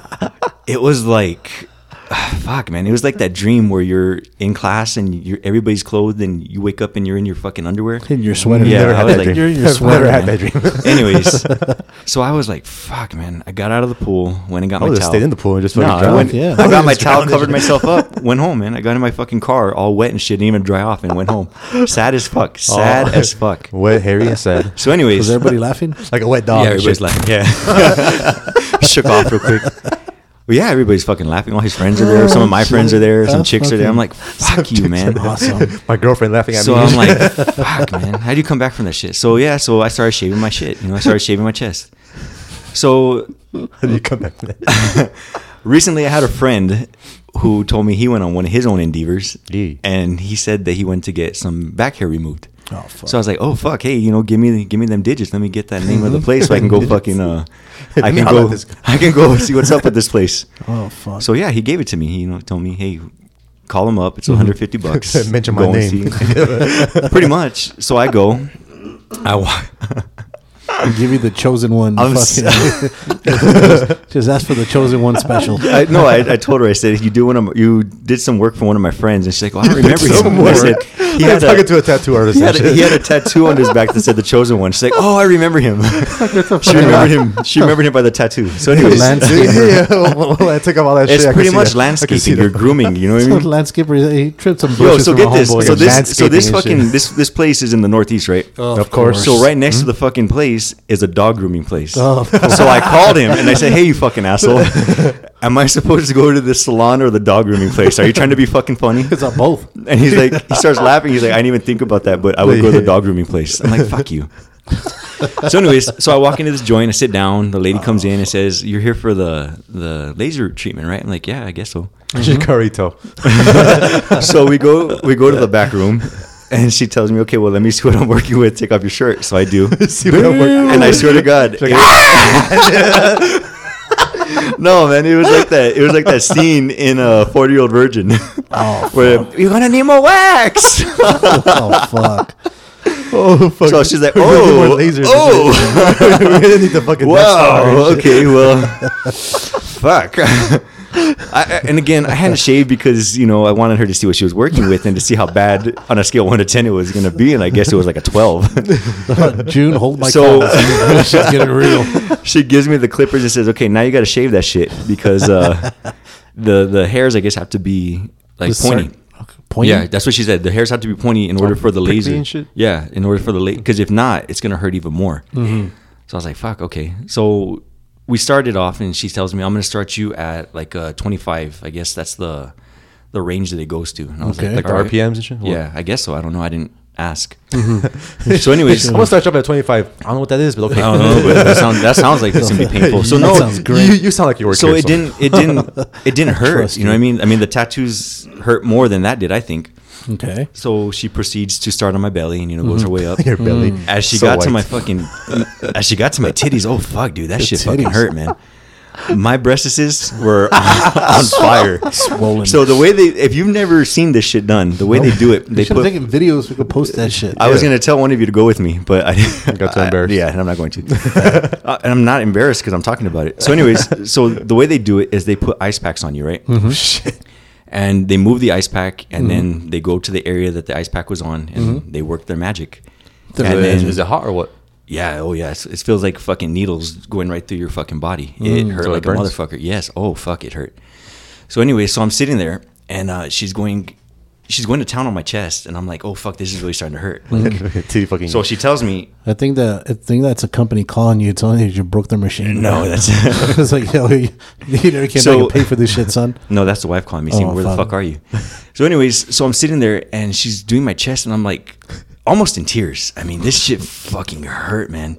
It was like. ah, Fuck, man! It was like that dream where you're in class and you're everybody's clothed, and you wake up and you're in your fucking underwear. In your sweater. Yeah, Never I had was that like, dream. You're in your I've never sweater. had that dream. <laughs> Anyways, so I was like, "Fuck, man!" I got out of the pool, went and got I my would've towel. stayed in the pool and Oh, just No, fucking I, drowned. went, Yeah. I got <laughs> my Oh, Just towel, drowned. covered myself up, went home, man. I got in my fucking car, all wet and shit, didn't even dry off, and went <laughs> home. Sad as fuck. Sad <laughs> Oh. as fuck. <laughs> Wet, hairy, and sad, <laughs> So, anyways, Was everybody <laughs> laughing? like a wet yeah, dog. and everybody's shit. <laughs> laughing. Yeah, <laughs> shook off real quick. Well, yeah, everybody's fucking laughing. All his friends are there. Some of my friends are there. Some That's chicks are there. I'm like, fuck you, man. <laughs> Awesome. My girlfriend laughing at So me. I'm <laughs> like, fuck, man. How do you come back from that shit? So yeah, so I started shaving my shit. You know, I started shaving my chest. So How do you come back from that? recently I had a friend who told me he went on one of his own endeavors Yeah. and he said that he went to get some back hair removed. Oh, fuck. So I was like, "Oh fuck, hey, you know, give me give me them digits. Let me get that name of the place so I can go fucking uh I can Now go that this- <laughs> I can go see what's up with this place." Oh, fuck. So yeah, he gave it to me. He you know told me, "Hey, call him up. It's 150 <laughs> bucks. Mm-hmm. Mention my Go and name. <laughs> see." Pretty much. So I go. I wa- Give you the chosen one. I'm fucking- <laughs> <laughs> just ask for the chosen one special. I, no, I, I told her. I said, "You do one of, you did some work for one of my friends," and she's like, well, "I don't <laughs> remember Some him." I work. <laughs> said, "He I'm had talking a, to a tattoo artist. he and had, a, shit. he had a tattoo on his back that said the chosen one. She's like, oh, I remember <laughs> him. she remembered him. She remembered him by the tattoo. So, <laughs> <laughs> anyways, Landscaper. yeah, well, well, I took off all that shit. it's I can pretty see much that. I can see landscaping. that. You're grooming. You know what I mean? Landscaper, he tripped some Yo, bushes so from get a this. homeboy. So this, so Landscaping this and fucking shit. this this place is in the northeast, right? Of course. So <laughs> right next to the fucking place is a dog grooming place. Hmm? Oh, of course. so I called him and I said, "Hey, <laughs> you fucking asshole! Am I supposed to go to the salon or the dog grooming place? Are you trying to be fucking funny?" It's a both. And he's like, he starts laughing. He's like, I didn't even think about that, but I would go to the dog grooming place. I'm like, fuck you. so, anyways, so I walk into this joint, I sit down. The lady comes in and says, "You're here for the the laser treatment, right?" I'm like, "Yeah, I guess so." <laughs> Chikorito. so we go we go to the back room, and she tells me, "Okay, well, let me see what I'm working with. Take off your shirt." So I do, <laughs> See what I'm working and I swear to God, "Ah!" <laughs> no, man, it was like that. It was like that scene in a uh, Forty Year Old Virgin, <laughs> where you're gonna need more <laughs> wax. Oh, fuck. Oh fuck! So <laughs> she's like, We really need more "Oh, lasers. oh." <laughs> we really need the fucking Death Star and wow. shit. Okay. Well, fuck. <laughs> I, I- and again, I hadn't shaved because you know I wanted her to see what she was working with and to see how bad on a scale of one to ten it was going to be, and I guess it was like a twelve. <laughs> June, hold my So- so, This She's getting <laughs> real. she gives me the clippers and says, "Okay, now you got to shave that shit because <laughs> uh, the the hairs, I guess, have to be like pointy." Pointy? Yeah, that's what she said. The hairs have to be pointy in order for the prickly laser. and shit? Yeah, in order for the laser, because if not, it's gonna hurt even more. Mm-hmm. So I was like, "Fuck, okay." So we started off, and she tells me, "I'm gonna start you at like uh, 25. I guess that's the the range that it goes to." And I was Okay. Like the "All right." RPMs and shit? Mm-hmm. What? Yeah, I guess so. I don't know. I didn't ask. <laughs> so, anyways, <laughs> I'm gonna start you off at 25. I don't know what that is, but okay. I don't know, but that sounds that sounds like <laughs> it's gonna be painful. So That no, sounds great. You, you sound like you were. so it didn't it didn't it didn't hurt. trust You know you. what I mean? I mean the tattoos hurt more than that did. I think. Okay. So she proceeds to start on my belly and you know goes her way <laughs> up. Your belly. As she So got to white. my fucking, as she got to my titties, oh fuck, dude, that shit fucking titties. hurt, man. My breastises were on, on fire. Swollen. So the way they, if you've never seen this shit done, the way they do it, They they should have put taken videos. We could post that shit. I was gonna tell one of you to go with me, but I <laughs> got too <laughs> I- embarrassed. yeah, and I'm not going to. <laughs> Uh, and I'm not embarrassed because I'm talking about it. So, anyways, so the way they do it is they put ice packs on you, right? Mm-hmm. <laughs> And they move the ice pack, and then they go to the area that the ice pack was on, and they work their magic. Their and Mm-hmm. Is, then, is it hot or <laughs> what? yeah, oh yeah, it's, it feels like fucking needles going right through your fucking body. It hurt Mm, So it like burns? a motherfucker. Yes. Oh fuck, it hurt. So anyway, so I'm sitting there, and uh, she's going she's going to town on my chest, and I'm like, oh fuck, this is really starting to hurt. Mm-hmm. Like, Titty fucking. so she tells me, I think that I think that's a company calling you, telling you you broke their machine. <laughs> no, that's it's like yo, you, you never came back So- and pay for this shit, son. no, that's the wife calling me, saying, Oh, where the fuck. fuck are you? So, anyways, so I'm sitting there, and she's doing my chest, and I'm like, almost in tears. I mean, this shit fucking hurt, man.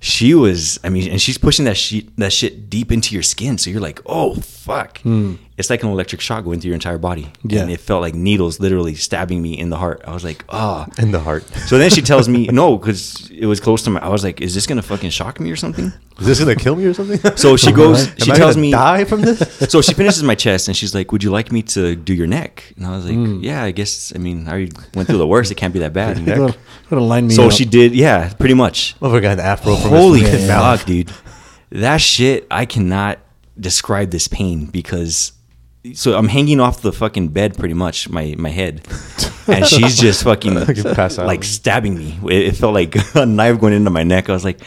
She was, I mean, and she's pushing that shit, that shit deep into your skin, so you're like, oh fuck. It's like an electric shock going through your entire body, Hmm. Yeah. and it felt like needles literally stabbing me in the heart. I was like, ah. in the heart. So then she tells me no because it was close to my. I was like, is this gonna fucking shock me or something? <laughs> Is this gonna kill me or something? <laughs> So she goes, she Am I tells gonna me. die from <laughs> this. So she finishes my chest and she's like, "Would you like me to do your neck?" And I was like, Mm. "Yeah, I guess. I mean, I already went through the worst. It can't be that <laughs> bad." You're gonna- you're gonna line me So up. she did, yeah, pretty much. Motherfucker got an afro from Holy his fucking mouth. <laughs> fuck, dude! That shit, I cannot describe this pain because. So I'm hanging off the fucking bed, pretty much my my head, and she's just <laughs> fucking Fucking pass out. like stabbing me. It, it felt like <laughs> a knife going into my neck. I was like,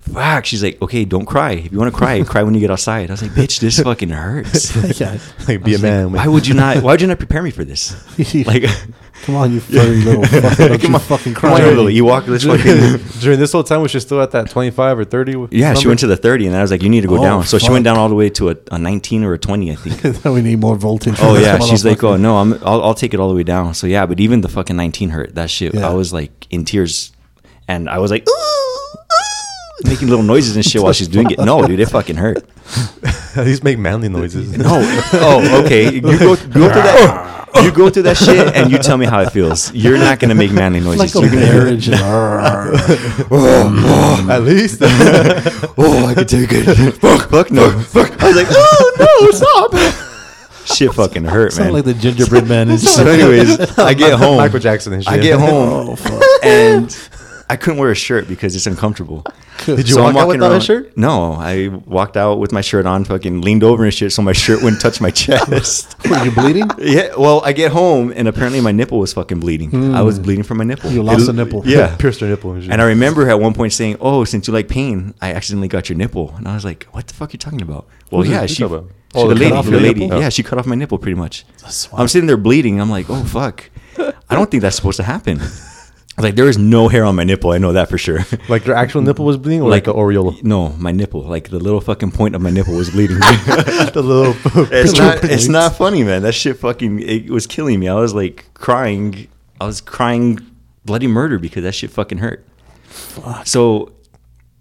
"Fuck!" She's like, "Okay, don't cry. If you want to cry, cry when you get outside." I was like, "Bitch, this fucking <laughs> hurts." <laughs> yeah. Like be a man. <laughs> Why would you not? Why would you not prepare me for this? <laughs> <laughs> Like, come on, you furry <laughs> little fucker, don't Come you on. fucking Come cry. on, <laughs> Lily, you walk this fucking. <laughs> During this whole time, was she still at that twenty-five or thirty? <laughs> Yeah, she went to the 30, and I was like, "You need to go Oh, down." So she went fuck. down all the way to a, a 19 or a 20, <laughs> I think. we need more voltage. for <laughs> Oh this yeah, she's like, motherfucker. "Oh no, I'm, I'll, I'll take it all the way down." So yeah, but even the fucking 19 hurt. That shit, Yeah. I was like in tears, and I was like, "Ooh, ooh," making little noises and shit while she's doing it. No, dude, it fucking hurt. <laughs> At least make manly noises. <laughs> No. Oh, okay. You go, go through that. You go through that shit, and you tell me how it feels. You're not gonna make manly noises. Like oh, a You're gonna bear and <laughs> just, <laughs> At <laughs> least. oh, I could take <laughs> it. fuck, fuck no, fuck. I was like, oh no, stop. Shit fucking hurt, sound <laughs> man. like the gingerbread <laughs> man. Is so, <laughs> anyways, I get home. Michael Jackson and shit. I get Oh, home, and I couldn't wear a shirt because it's uncomfortable. Did you So I'm walk out walking without around- a shirt? No, I walked out with my shirt on, fucking leaned over and shit, so my shirt wouldn't touch my chest. Were you bleeding? yeah, well, I get home and apparently my nipple was fucking bleeding. I was bleeding from my nipple. You lost a nipple. <laughs> Yeah, Pierced her nipple and shit. and I remember at one point saying, "Oh, since you like pain, I accidentally got your nipple," and I was like, "What the fuck are you talking about?" Well, What are yeah, you she, talking about? she- Oh, the cut lady, off the your lady, nipple? yeah, she cut off my nipple pretty much. <laughs> I'm sitting there bleeding. I'm like, "Oh fuck, I don't think that's supposed to happen." I was like, "There is no hair on my nipple. I know that for sure." like your actual nipple was bleeding, or like, an <laughs> areola. <laughs> No, my nipple, like the little fucking point of my nipple was bleeding. <laughs> the little. <laughs> it's Picture not, point. it's not funny, man. That shit fucking it was killing me. I was like crying. I was crying bloody murder because that shit fucking hurt. So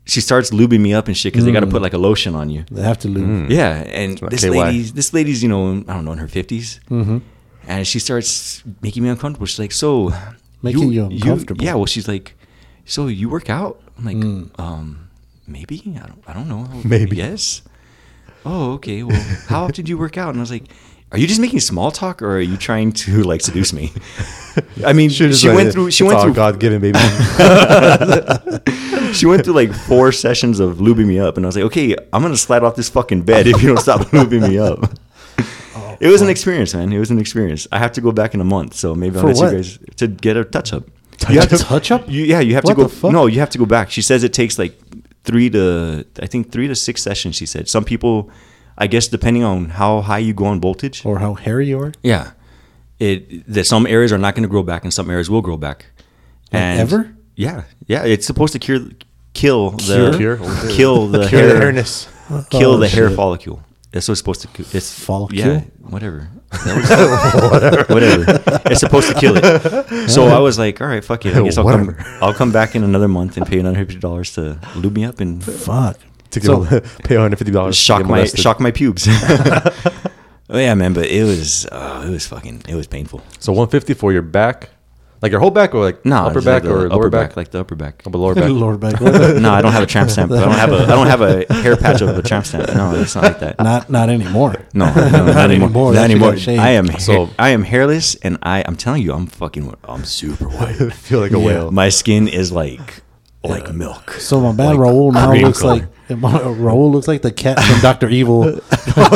she starts lubing me up and shit because they got to put like a lotion on you. They have to lube. Yeah, and like this KY. lady's this lady's you know I don't know in her 50s mm-hmm. and she starts making me uncomfortable. She's like, so Making you uncomfortable. yeah, well, she's like, so you work out? I'm like, um, maybe I don't I don't know. Maybe. yes. Oh, okay. Well, how often do you work out? And I was like, are you just making small talk or are you trying to like seduce me? I mean, <laughs> she, Just like, went through. She it's went all through God given, <laughs> baby. she went through like four sessions of lubing me up, and I was like, okay, I'm gonna slide off this fucking bed if you don't stop <laughs> lubing me up. Oh, it was an experience, man. It was an experience. I have to go back in a month, so maybe For I'll let what? you guys to get a touch up. You have to touch up? You, yeah, you have What to the go. fuck? No, you have to go back. She says it takes like three to I think three to six sessions. She said some people, I guess, depending on how high you go on voltage. Or how hairy you are? Yeah, it that some areas are not going to grow back and some areas will grow back. ever? Yeah, yeah. It's supposed to cure, kill the Cure? Cure? Oh, dude. kill the Cure the hair, hairness. kill Oh, the hair shit. follicle. That's what's supposed to. cu- It's Follicle? Yeah, whatever. <laughs> That was- whatever. It's supposed to kill it. So I was like, all right, fuck it. I guess I'll come, Whatever. I'll come back in another month and pay another hundred dollars to lube me up and Fuck. To get So- <laughs> pay $150. shock get my molested. shock my pubes. <laughs> oh yeah, man. But it was uh, it was fucking it was painful. So 150 for your back, like your whole back or like No, upper it's like back or the lower upper back, like the upper back. Oh, <laughs> but <laughs> lower back. Lord back. What? no, I don't have a tramp <laughs> stamp. I don't have a I don't have a hair patch of a tramp stamp. <laughs> No, it's not like that. not not anymore. <laughs> no, no, Not not anymore. anymore. Not That shit got anymore. shaved. I am So- so, I am hairless, and I I'm telling you, I'm fucking I'm super <laughs> white. <laughs> feel like a whale. My skin is like like milk. So my bad Like Raul now cream looks color. like <laughs> my- Raul looks like the cat from Doctor <laughs> Evil <laughs>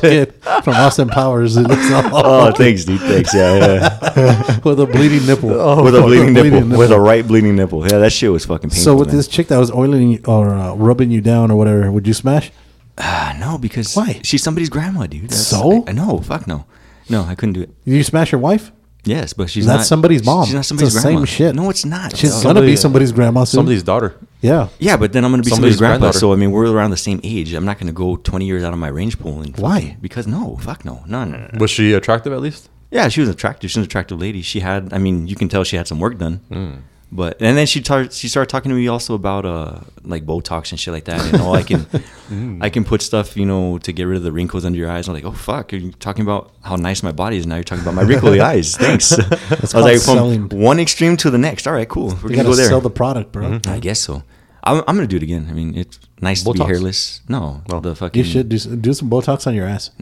Shit. from Austin Powers. It looks all <laughs> Oh, thanks, dude. Thanks. Yeah, <laughs> yeah. Oh. <laughs> with a bleeding nipple. with a bleeding nipple. bleeding With a right bleeding nipple. Yeah, that shit was fucking painful. So with man. this chick that was oiling you or uh, rubbing you down or whatever, would you smash? Ah, <sighs> no, because Why? she's somebody's grandma, dude. That's- So? I, no, fuck no, no, I couldn't do it. Did you smash your wife? Yes, but she's That's not somebody's mom. She's not It's the somebody's same grandma. shit. No, it's not. She's dog. gonna be Somebody- somebody's grandma soon. Somebody's daughter. yeah. Yeah, but then I'm gonna be Somebody's somebody's, grandpa. granddaughter. So I mean, we're around the same age. I'm not gonna go 20 years out of my range pool. And Why? fucking- Because no, fuck no, no, no, no. no. Was she attractive at least? Yeah, she was attractive. She's an attractive lady. She had, I mean, you can tell she had some work done. Mm. But and then she tar- she started talking to me also about uh like Botox and shit like that. And all I <laughs> can Mm. I can put stuff you know to get rid of the wrinkles under your eyes. I'm like, oh fuck, you're talking about how nice my body is. Now you're talking about <laughs> my wrinkly eyes. Thanks. <laughs> I was called like from selling. one extreme to the next. All right, cool. We're You gonna gotta go there. Mm-hmm. sell the product, bro. I guess so. I'm, I'm gonna do it again. I mean, it's nice to Botox? be hairless. No, the fucking. Oh. You should do, s- do some Botox on your ass.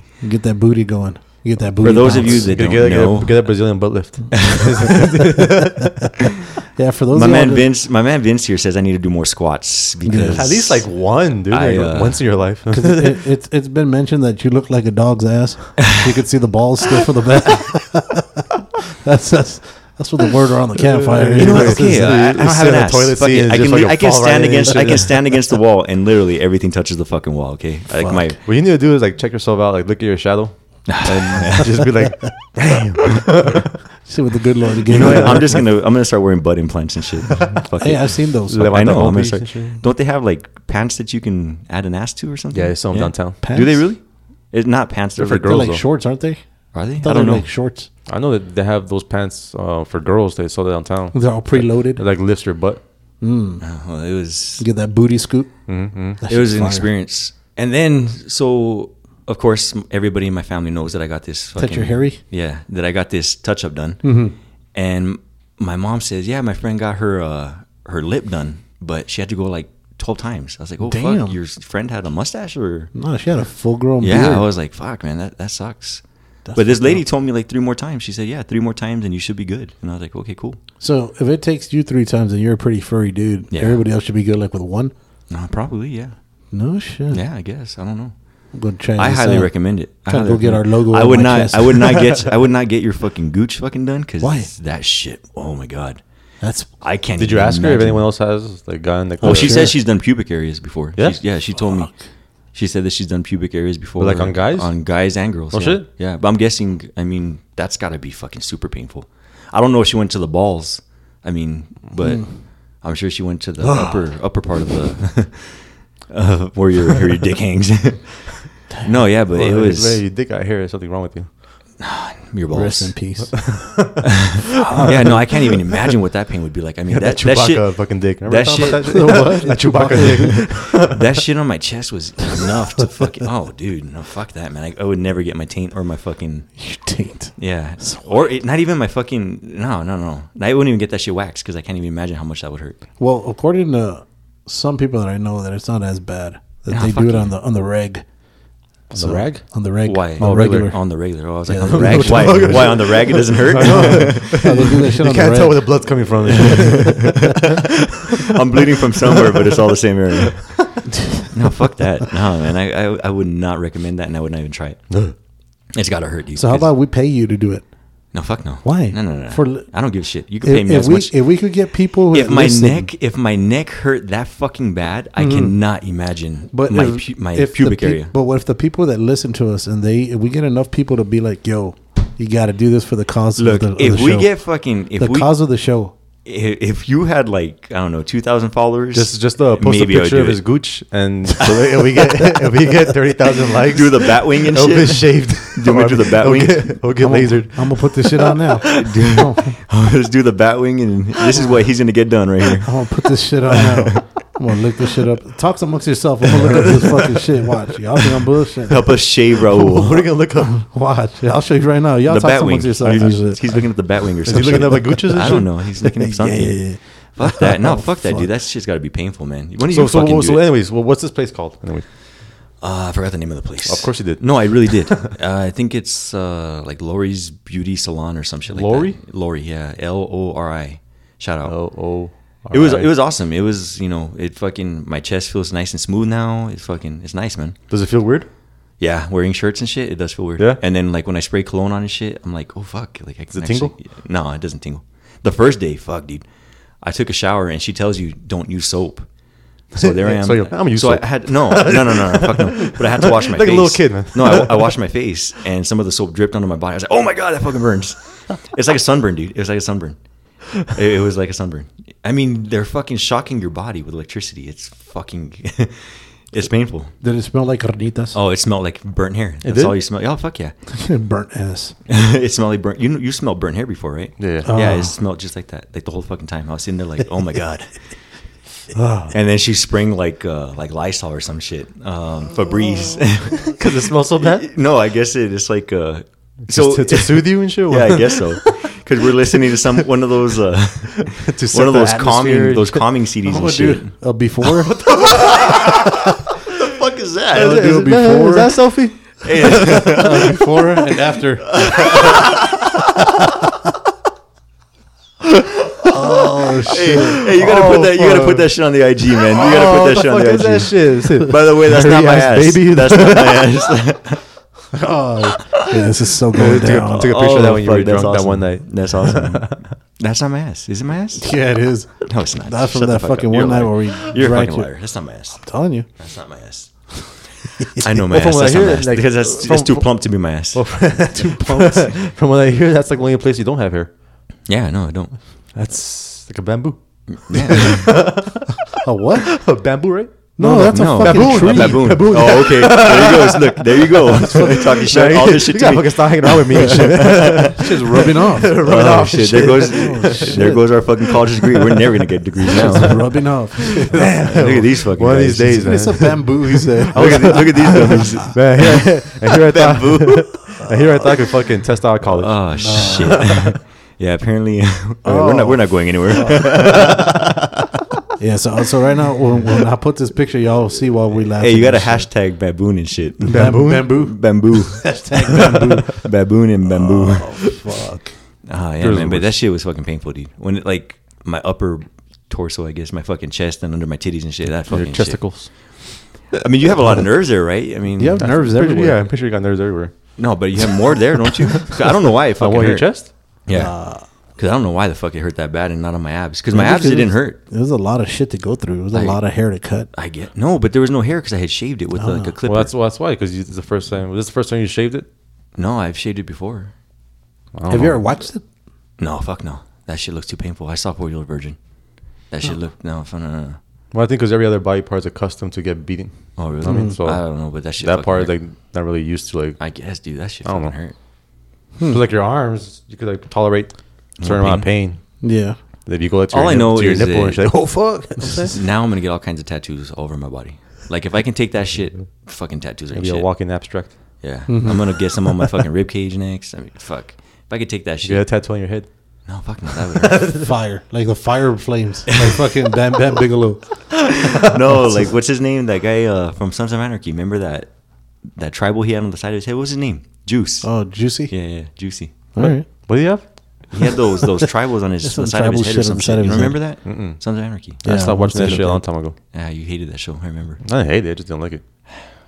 <laughs> Get that booty going. Get that booty. For those of bounce. you that Get, don't get, know, get, get a Brazilian <laughs> butt lift. yeah, for those my of you man that- Vince, my man Vince here says I need to do more squats because at least like one, dude. I, like, uh, once in your <laughs> life. <laughs> it, it's it's been mentioned that you look like a dog's <laughs> ass. You could see the balls still from the back. <laughs> that's that's that's what the word around the campfire. You know what? is. It's- Okay, it's- I, I don't it's have an in a ass. toilet Fuck seat it. and I just can, like re- a I can fall right stand in and against. I shit. can stand against the wall, and literally everything touches the fucking wall. Okay, like my. What you need to do is like check yourself out, like look at <laughs> your shadow, <laughs> and just be like, "Damn, See what the good Lord gave You you. know what? I'm just gonna. I'm gonna start wearing butt implants and <laughs> shit. Fuck Hey, it. I've seen those. Levi- I know. I'm Levanta gonna Homies start, and shit. don't they have like pants that you can add an ass to or something? yeah, it's something downtown." Pants? Do they really? It's not pants. They're, They're like for They're girls, like though. shorts, aren't they? Are they? I thought I don't they were know. like shorts. I know that they have those pants uh, for girls. They sell that downtown. They're all It preloaded. like lifts your butt. Well, it was Get that booty scoop. Mm-hmm. it was an experience. And then so of course everybody in my family knows that I got this fucking, your Mm-hmm. hairy? Yeah, that I got this touch up done. And my mom says, "Yeah, my friend got her uh, her lip done, but she had to go like 12 times." I was like, "Oh Damn. fuck, your friend had a mustache or No, she had a full grown Yeah, beard. I was like, "Fuck, man, that that sucks." but this lady told me like three more times. She said, "Yeah, three more times and you should be good." And I was like, "Okay, cool." so if it takes you three times, then you're a pretty furry dude. Yeah. Everybody else should be good like with one. No, probably, yeah. No shit. Yeah, I guess. I don't know. I'm gonna try I this highly out. recommend it. I Gotta highly go get our recommend it. logo I on would my not. chest. I would not <laughs> get. I would not get your fucking gooch fucking done because Why? that shit. Oh my god, That's I can't. Did you even ask her if imagine. anyone else has like gotten like? Well, the- she says she's done pubic areas before. Yeah? She's- yeah. She told me. She said that she's done pubic areas before, Like on guys? on guys and girls. Oh, yeah. shit. Yeah, but I'm guessing. I mean, that's got to be fucking super painful. I don't know if she went to the balls. I mean, but Hmm. Mm. I'm sure she went <sighs> to the upper upper part of the <laughs> uh, where your where your dick hangs. <laughs> no, yeah, but it Well, was you dick out here. There's something wrong with <laughs> you. your balls. rest in peace. <laughs> <laughs> yeah, no, I can't even imagine what that pain would be like. I mean, that, that, Chewbacca shit, fucking dick. Remember that talking about shit- That, <laughs> that Chewbacca <laughs> <laughs> dick. that shit on my chest was enough to fucking. Oh, dude, no, fuck that, man. I, I would never get my taint or my fucking you taint. yeah, or it, not even my fucking. No, no, no. I wouldn't even get that shit waxed because I can't even imagine how much that would hurt. Well, according to some people that I know, that it's not as bad. That Yeah, they fuck do it yeah. on the on the reg. On the reg? On the reg. Why? On Oh, the regular. on the regular. Oh, I was like, Yeah, on the that's <laughs> what rag. Why, I'm talking why on the rag? It doesn't <laughs> hurt. Yeah, <laughs> they do that shit You on can't the tell reg. where the blood's coming from. <laughs> I'm bleeding from somewhere, but it's all the <laughs> same area. Oh. <laughs> no, fuck that. No, man. I, I I would not recommend that, and I would not even try it. It's gotta hurt you. so how about we pay you to do it? No, fuck no. Why? No, no, no. no. For li- I don't give a shit. You can pay If, me if as we much. If, if we could get people that my listen- neck, if my neck hurt that fucking bad, I Mm-hmm. cannot imagine. but my if, pu- my if the pubic pe- area. But what if the people that listen to us and they if we get enough people to be like, yo, you got to do this for the cause. Look, of the, if of the we show. get fucking, if the we, cause of the show, if, if you had like I don't know, two thousand followers, Just just uh, post maybe I a would picture do of it. his gooch, <laughs> and if we get if we get thirty thousand likes, Do the bat wing and he'll get shit. shaved. <laughs> Do you want me to do the bat <laughs> He'll wing? get- He'll get <laughs> lasered. I'm gonna put this shit on now. I'm Let's do the bat wing, and this is what he's gonna get done right <laughs> here. gonna put this shit on now. I'm gonna look this shit up. Talk amongst yourself. I'm gonna look up this <laughs> fucking shit. Watch, y'all think I'm bullshit. Help us shave Raul. What are you gonna look up? Watch, I'll show you right now. Y'all The talk bat wing. amongst yourself. and shit. He's looking at the bat wing or he something. looking up <laughs> at gooches and I don't shit? know. He's <laughs> looking at Yeah, something. yeah, yeah. Fuck that. No, fuck that, Fuck. dude. That shit's got to be painful, man. When do So you so, fucking well, do so it? anyways, well, what's this place called? Anyway, Uh, I forgot the name of the place. Of course you did. No, I really <laughs> did. uh, I think it's uh, like Lori's Beauty Salon or some shit like Lori? that. Lori, yeah, L O R I. Shout out. oh, it was it was awesome. It was you know it fucking my chest feels nice and smooth now. It fucking it's nice, man. Does it feel weird? Yeah, wearing shirts and shit, it does feel weird. Yeah? And then like when I spray cologne on and shit, I'm like, oh fuck, like I can it actually- tingle? No, it doesn't tingle. The first day, fuck, dude. I took a shower and she tells you don't use soap. So <laughs> there I am. So you're- I'm So useful. I had no, no, no, no, no, fuck no. But I had to wash my <laughs> Like a face. little kid, man. No, I, I washed my face, and some of the soap dripped onto my body. I was like, oh my god, that fucking burns. It's like a sunburn, dude. It was like a sunburn. It, it was like a sunburn. I mean, they're fucking shocking your body with electricity. It's fucking, <laughs> it's painful. Did it smell like carnitas? Oh, it smelled like burnt hair. That's did? all you smell. Oh, fuck yeah. <laughs> <laughs> burnt ass. it smelled like burnt. You you smelled burnt hair before, right? Yeah. Yeah, Oh. it smelled just like that, like the whole fucking time. I was sitting there like, oh my <laughs> god. <laughs> And then she sprang like uh, like Lysol or some shit, um, Febreze. <laughs> Because it smells so <laughs> bad. no, I guess it is like uh, So so. <laughs> <laughs> to, to soothe you and shit. yeah, I guess so. Because we're listening to some one of those <laughs> uh, To set one of the those calming atmosphere. Oh, those calming CDs and would shit. do uh, <laughs> before. What the fuck is I would that? <laughs> do <laughs> before, Is that selfie? Uh, <laughs> before and after. <laughs> oh shit! hey, you gotta Oh, put that you gotta put that shit on the IG, man. You gotta Oh, put that shit on the IG. shit? <laughs> <laughs> By the way, that's not my Hairy-ass ass, baby. That's not my ass. Oh, Yeah, this is <laughs> so going took, down. a, took a picture of that when you fuck, were that's drunk that awesome. one night. That's awesome. <laughs> that's not my ass. Is it my ass? <laughs> Yeah, it is. No, it's not. That's from Shut the that fuck fucking up. You're one a night liar. where we You're a dragged fucking you. liar. That's not my ass. Telling you, That's not my ass. I know my Well, from ass. That's what I not hear, my ass. like, because that's, from- that's too from- plump to be my ass. <laughs> From what I hear, that's like the only place you don't have hair. Yeah, no, I don't. That's like a bamboo. a <laughs> what? <laughs> A bamboo, right? No, that's no. a fucking tree. A baboon. Oh, okay. There you go. Look, there you go. Talking shit. All this shit <laughs> you to gotta me. <laughs> fucking stop hanging out with me and <laughs> shit. Shit's <laughs> rubbing off. Oh, shit. There goes shit. there goes our fucking college degree. We're never gonna get degrees now. <laughs> It's rubbing off. Look <laughs> at these fucking One of guys. these days, man. It's a bamboo. He <laughs> said. <laughs> Look at these, look at these <laughs> dummies. man here, and here I <laughs> thought, and here I thought I could fucking test out of <laughs> college. Oh shit. <laughs> yeah, apparently <laughs> we're not we're not going anywhere. Yeah. So, so right now, when, when I put this picture, y'all will see why we laugh. <laughs> hey, you got to hashtag baboon and <laughs> shit. bamboo. <laughs> Bamboo. <laughs> bamboo. bamboo. <laughs> Baboon and bamboo. <laughs> Oh, Fuck. yeah, There's man. worse. But that shit was fucking painful, dude. When it, like my upper torso, I guess, my fucking chest and under my titties and shit. That Your fucking shit. chesticles. I mean, you have a lot of nerves there, right? I mean, You have nerves Pretty- everywhere. Yeah, I'm pretty sure you got nerves everywhere. no, but you have more there, don't <laughs> you? I don't know why it On fucking what, hurt. Oh, your chest? Yeah. Because Uh, I don't know why the fuck it hurt that bad and not on my abs. Because my Maybe abs it 'cause didn't hurt. It was a lot of shit to go through. It was a I- lot of hair to cut. I get no, but there was no hair because I had shaved it with like a clipper. Ah. Well, that's well, that's why because it's the first time. Was this the first time you shaved it? no, I've shaved it before. Have you ever watched it? No, fuck no. That shit looks too painful. I saw Poor Little Virgin. That shit looked no, no, no, no. Well, I think because every other body part is accustomed to get beaten. Oh really? I mean, so I don't know, but that shit. that fucking part is hurt. like not really used to like. I guess, dude, that shit I don't fucking know. hurt. So, like your arms, you could like tolerate a certain amount of Hmm. pain. Yeah. If you go like to All your, I nip- know to your is nipple it- and shit, like, oh fuck. Now I'm gonna get all kinds of tattoos all over my body. Like if I can take that shit, fucking tattoos are Maybe Mm-hmm. shit. a walking abstract. yeah, I'm gonna get some on my fucking rib cage next. I mean, fuck. If I could take that You got a shit, tattoo on your head. no, fuck no, that <laughs> <laughs> would Fire. Like the fire <laughs> flames. Like fucking Bam Bam Bigelow. <laughs> hurt. no. Like what's his name? That guy uh, from Sons of Anarchy. Remember that that tribal he had on the side of his head? What was his name? Juice. Oh, juicy. Yeah, yeah, Juicy. All right. What do you have? He had <laughs> those those tribals on his Just some the side of his tribal head or shit on some the shit. side of You his head. remember that? Sons of Anarchy. Yeah, I stopped watching that we'll shit a long time ago. Yeah, you hated that show. I <laughs> remember. I didn't hate it. I just didn't like it.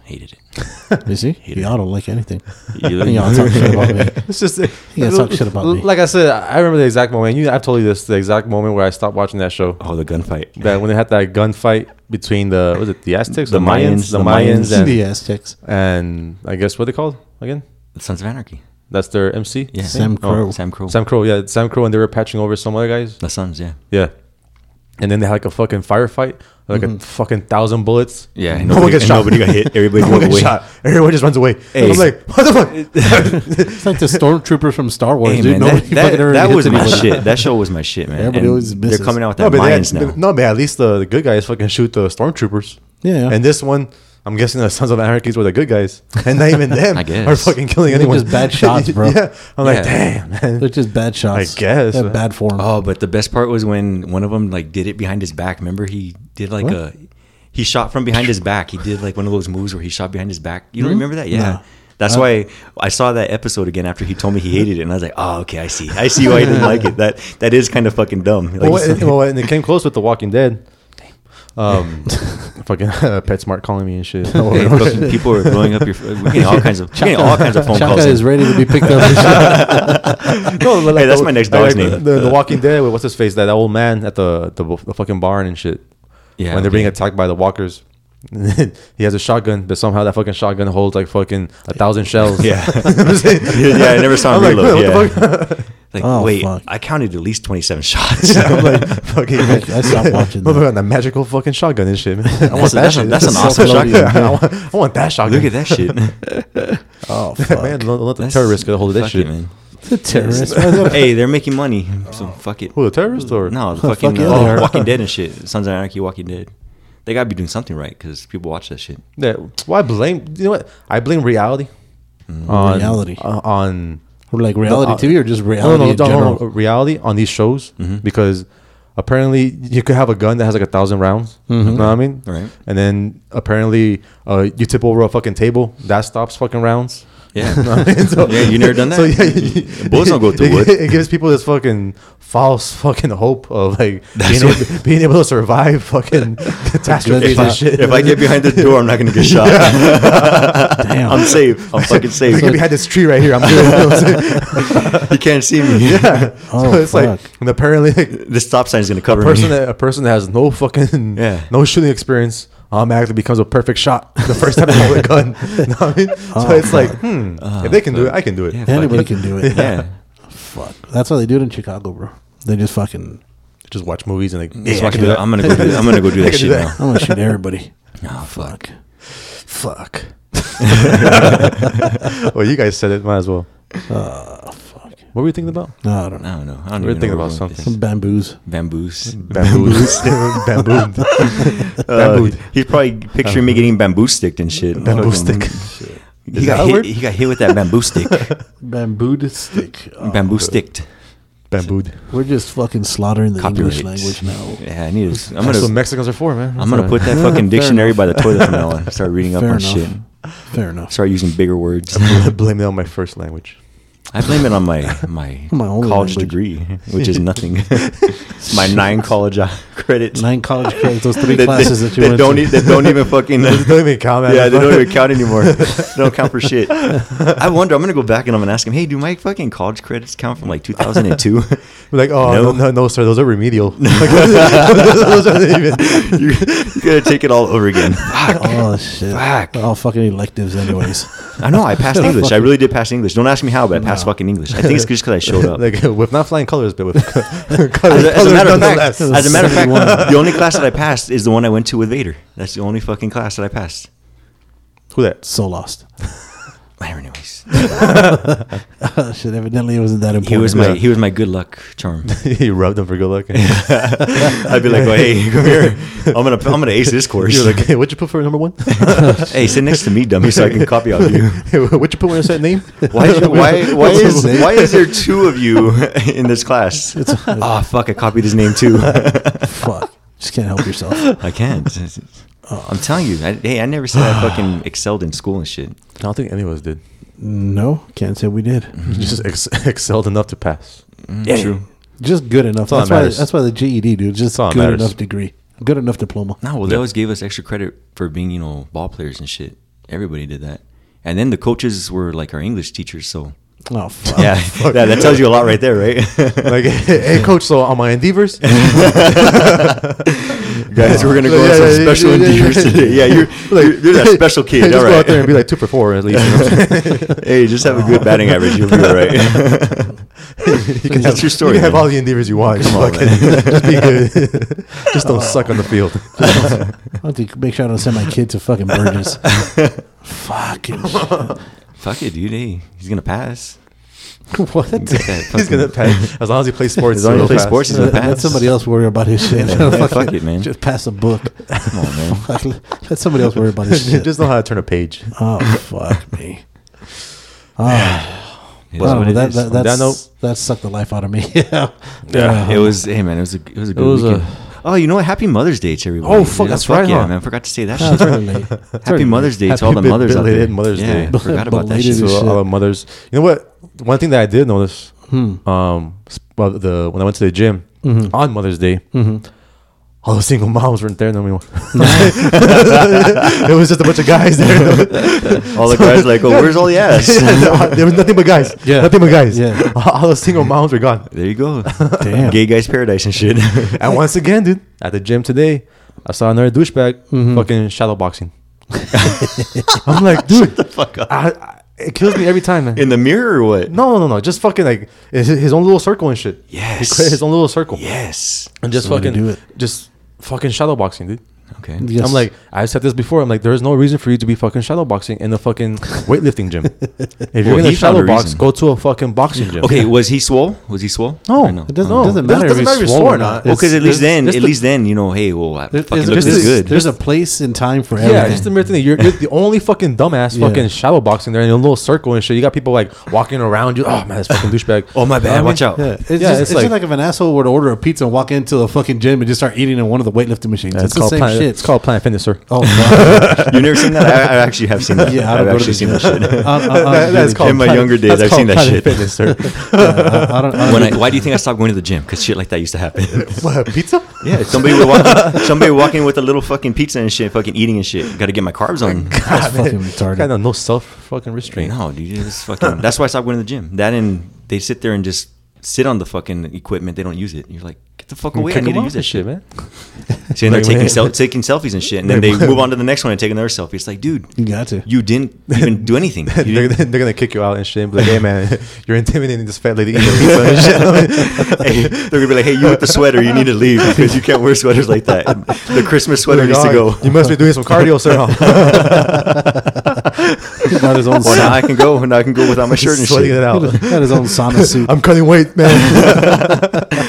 Hated it. You see? Hate Y'all don't like anything. <laughs> You- And y'all <laughs> talk shit about <laughs> me. It's just You gotta talk shit about me. Like I said, I remember the exact moment. You, I've told you this. The exact moment where I stopped watching that show. oh, the gunfight. That when they had that gunfight between the was it the Aztecs, The the, Mayans, Mayans, the the Mayans, Mayans. and The Aztecs. and I guess what they called again? Sons of Anarchy. That's their MC. Yeah. Sam Oh, Crow. Sam Crow. Sam Crow. Yeah, Sam Crow, and they were patching over some other guys. The Sons, yeah. Yeah, and then they had like a fucking firefight, like a fucking thousand bullets. Yeah, no one gets shot. Nobody got hit. <laughs> Everybody No one went gets away. shot. Everyone just runs away. Hey. I'm like, what the fuck? It's like the stormtroopers from Star Wars, Hey, dude. man, Nobody that, that, fucking ever that hits was my anybody. shit. That show was my shit, man. Everybody And always misses. They're coming out with no, that but they Mayans had, now. no, but at least the, the good guys fucking shoot the stormtroopers. Yeah. And this one, I'm guessing the <laughs> Sons of Anarchies were the good guys, and not even <laughs> them I guess. are fucking killing They're anyone. just <laughs> bad shots, bro. yeah, I'm like, Yeah. damn, man. They're just bad shots. I guess, They're man. bad form. Oh, but the best part was when one of them like did it behind his back. Remember, he did like a he shot from behind his back. He did like one of those moves where he shot behind his back. You don't Hmm? remember that? Yeah. No. That's why I saw that episode again after he told me he hated it, and I was like, "Oh, okay, I see. I see why he didn't like it. That that is kind of fucking dumb." Like, Well, what- well, and it came close with The <laughs> Walking Dead. Um, <laughs> fucking uh, PetSmart calling me and shit. hey, fucking people are blowing up your. We're getting all kinds of we're getting all kinds of phone Chaka calls. is in. ready to be picked up. <laughs> and shit. No, <laughs> like- Hey, that's like- my next dog's <laughs> like name. The, the Walking Dead. What's his face? That old man at the, the the fucking barn and shit. Yeah, when they're being <laughs> okay. attacked by the walkers. he has a shotgun, but somehow that fucking shotgun holds like fucking a thousand shells. <laughs> Yeah. I'm saying? yeah, I never saw him I'm like, reload. what the <laughs> yeah. like, Oh, wait, fuck. I counted at least 27 <laughs> shots. <laughs> I'm <laughs> like, fucking, I stopped watching Motherfucker that. on the magical fucking shotgun and shit. Man. I want That's- <laughs> that that's a- shit. that's an awesome shotgun. <laughs> I, want, I want that shotgun. Look at that <laughs> shit. Oh, fuck. man. Don't, don't let the That's- terrorists get a hold of that fuck shit. it, man. the <laughs> terrorist. hey, they're making money, so fuck it. Oh. Who the terrorists or <laughs> No, the Fuck fucking yeah, uh, they are. Walking Dead and shit. Sons of Anarchy, Walking Dead. They gotta be doing something right because people watch that shit. Yeah. Well, I blame. You know what? I blame reality. Mm. On, Reality. uh, on Or like reality uh, TV or just no, no, reality no, in no, no, general? no, reality on these shows Mm-hmm. because apparently you could have a gun that has like a thousand rounds. You know what I mean? Mm-hmm. Right. And then apparently uh, you tip over a fucking table that stops fucking rounds. <laughs> Yeah. You know what I mean? <laughs> So- yeah, you never <laughs> done that? So <laughs> yeah, you- Bullets don't go through <laughs> it, wood. It gives people this fucking false fucking hope <laughs> of like being what- able, being able <laughs> to survive fucking catastrophes If I- and shit. <laughs> If I get behind the door, I'm not gonna get shot. <laughs> I'm safe. <laughs> I'm fucking If I safe. get behind this tree right here, <laughs> I'm good. <laughs> you can't see me. yeah. Oh, so it's like fuck. and apparently like, The stop sign's gonna cover person me. that a person that has no fucking Yeah. <laughs> no shooting experience automatically becomes a perfect shot <laughs> the first time they hold a gun. <laughs> You know what I mean? so it's like, hmm, if they can do it, I can do it. Yeah, fuck Anybody it. can do it. Yeah. Fuck. That's how they do it in Chicago, bro. They just fucking. Just watch movies and like, Just <laughs> yeah, I walking can through do that- I'm gonna go <laughs> do that. I'm gonna go do I that can shit do that. I'm gonna <laughs> shoot everybody. now. Oh fuck. Fuck. well, you guys said it. <laughs> Might as well. What were you thinking about? Ah, No, I don't know. I don't know. I don't We're even thinking know where about we're going with something. this. Some bamboos. Bamboos. <laughs> Bamboos. <laughs> Uh, Bambooed. Bambooed. <laughs> he's probably picturing Uh-huh. me getting bamboo sticked and shit. Bamboo Fucking- <laughs> stick. He got, that a hit, word? he got hit with that <laughs> bamboo stick. Bambooed stick. Oh, bamboo sticked. Bambooed. We're just fucking slaughtering the Copyright. English language <laughs> now. Yeah, I need to. I'm That's what gonna. Mexicans are for, man. I'm gonna put that Yeah, <laughs> <laughs> fair fucking dictionary by the toilet from now on. Start reading up Fair on enough. shit. Fair enough. Start using bigger <laughs> words. that. Blame it on my first language. I blame it on my my, My only college language. degree, <laughs> which is nothing. <laughs> my nine college <laughs> uh, credits. Nine <laughs> college credits, those three They- they- classes that you they went don't to. e- <laughs> they don't even fucking They don't even count, <laughs> man. Yeah, they don't even count anymore. they don't count for shit. I wonder. I'm gonna go back and I'm gonna ask him. Hey, do my fucking college credits count from like 2002? Like, oh No. no, no, no, sir, those are <laughs> remedial. Like, those are even- <laughs> you, you gotta take it all over again. Fuck. Oh shit! Fuck. All fucking electives, anyways. <laughs> I know. I passed English. I really did pass English. Don't ask me how, but I passed fucking English. I think it's just because I showed up. <laughs> like with not flying colors, but with <laughs> <laughs> colors, as, <laughs> a- as a matter of fact, nonetheless. as a <laughs> matter of fact, the only class that I passed is the one I went to with Vader. That's the only fucking class that I passed. Who that? so lost. <laughs> Whatever, anyways, shit, evidently it wasn't that important. he was my he was my good luck charm. <laughs> he rubbed them for good luck. I'd be like, oh, hey, come here. I'm gonna I'm gonna <laughs> ace this course. You're <laughs> like, hey, what'd you put for number one? hey, sit next to me, dummy, so I can copy off you. <laughs> Hey, what'd you put when I said name? <laughs> Why, is- <laughs> why, why, is, What's his name? why is there two of you <laughs> in this class? Ah, fuck, I copied his name <laughs> too. fuck. Just can't help <laughs> yourself. Oh. I can't. I'm telling you, I, hey, I never said I <sighs> fucking excelled in school and shit. I don't think any of us did. No, can't say we did. Just ex- <laughs> excelled enough to pass. True. Just good enough. all That's, that why. matters. That's why the GED, dude. Just That's all that good matters. enough degree, good enough diploma. No, well, they always gave us extra credit for being, you know, ball players and shit. Everybody did that. And then the coaches were like our English teachers, so. Oh fuck. <laughs> Yeah, yeah that tells you a lot right there, right? Like, <laughs> hey, coach, so on my <laughs> endeavors, Guys, we're going to go on Yeah, yeah, some yeah, special yeah, yeah, endeavors yeah. today. Yeah, <laughs> you're, you're, you're that special hey, kid. <laughs> just All go right. out there and be <laughs> like two for four at least. <laughs> hey, just have a good batting average. You'll be all right. You can That's have, your story, You can have man. all the endeavors you want. Just, Come on, fucking- <laughs> just <laughs> be good. just don't suck on the field. <laughs> I have to make sure I don't send my kid to fucking Burgess. fucking. shit. <laughs> Fuck it, dude. Hey, he's going to pass. what? He's <laughs> he's gonna pass as long as he plays <laughs> sports. As long as he he'll plays pass. <laughs> sports, he's gonna Let, pass. let somebody else worry about his shit. yeah, fuck it, man. Just pass a book. Come on, man. Fuck, let let somebody else worry about <laughs> his shit. just know how to turn a page. oh fuck me. Ah, It is I don't what know, it that, is. that, that's, that note- that sucked the life out of me. <laughs> yeah. <laughs> it was. Hey, man, it was a it was a good was a- weekend. oh, you know what? Happy Mother's Day to everybody. Oh, fuck, Yeah, that's right, Yeah, huh? man, I forgot to say that. That's shit. really late. Happy Mother's Day to all the Happy mothers out there. belated Mother's yeah, Day. forgot about that Belated shit. So shit. all the mothers, you know what? One thing that I did notice, Hmm. um, s- well, the when I went to the gym Mm-hmm. on Mother's Day, all the single moms weren't there no more. <laughs> it was just a bunch of guys <laughs> there. All the guys like, oh, where's all the ass? <laughs> there was nothing but guys. Yeah. nothing but guys. Yeah. all, <laughs> all the single moms were gone. There you go. Damn. Gay guys paradise and shit. And once again, dude, at the gym today, I saw another douchebag Mm-hmm. fucking <laughs> shadow boxing. I'm like, dude, I, I, it kills me every time, man. in the mirror or what? no, no, no, just fucking like his, his own little circle and shit. <laughs> he Yes. created his own little circle Yes. and just the way to fucking do it. just fucking shadow boxing, dude. Okay. Yes. I'm like, I've said this before. I'm like, there is no reason for you to be fucking shadow boxing in the fucking weightlifting <laughs> gym. if you're Well, gonna he found shadow a box, reason. go to a fucking boxing <laughs> gym. Okay. Was he swole? Was he swole? No, Or no? Oh. it doesn't, No. it doesn't Doesn't- matter doesn't if matter if you're you're swole swole or or not. not. Well, because at least then, just at the- least then, you know, hey, well, I There- fucking there's, look this there's- good. there's a place and time for everything. Yeah, just the mere thing. that You're, you're the only fucking dumbass Yeah. fucking shadow boxing there in a little circle and shit. You got people like walking around you. Oh man, this fucking douchebag. Oh my bad. Watch out. Yeah, it's, Yeah, just, it's it's just like, like- if an asshole were to order a pizza and walk into the fucking gym and just start eating in one of the weightlifting machines. Yeah, it's the called same Planet, shit. It's called Planet Fitness, sir. <laughs> oh, wow. <laughs> You never seen that? I, I actually <laughs> have seen that. yeah, I I've don't go to actually the seen gym. <laughs> that shit. I'm- I'm- I'm That's really- called In my Planet- younger days, that's I've seen called that shit. Planet <laughs> Fitness, sir. I don't- I don't- When I, why do you think I stopped going to the gym? Because shit like that used to happen. <laughs> what, <laughs> pizza? yeah, somebody <laughs> would walk, somebody would walk in with a little fucking pizza and shit, fucking eating and shit. Got to get my <laughs> carbs on. that's fucking Got retarded. no- no self fucking restraint. No, dude, it's fucking. That's why I stopped going to the gym. That and they sit there and just sit on the fucking equipment. They don't use it. You're like, get the fuck away. I Kick need 'em to off use and that shit, <laughs> man. man. So they're Like, taking man. sel- taking selfies and shit, and then they move on to the next one and take another selfie. It's like, <laughs> dude, You got to. you didn't even do anything. You they're, didn't- <laughs> gonna, they're gonna kick you out and shit. And be like, hey man, you're intimidating this <laughs> fat lady. Eating pizza and shit. <laughs> Hey, they're gonna be like, hey, you with the sweater, you need to leave because you can't wear sweaters like that. The Christmas <laughs> sweater needs to Like, go. "Oh, You must be doing some <laughs> cardio, sir. Got his own <laughs> Well, <laughs> now sauna. I can go. Now I can go without <laughs> my shirt and Sweating shit. <laughs> it out. Got his own <laughs> sauna suit. I'm cutting weight, man.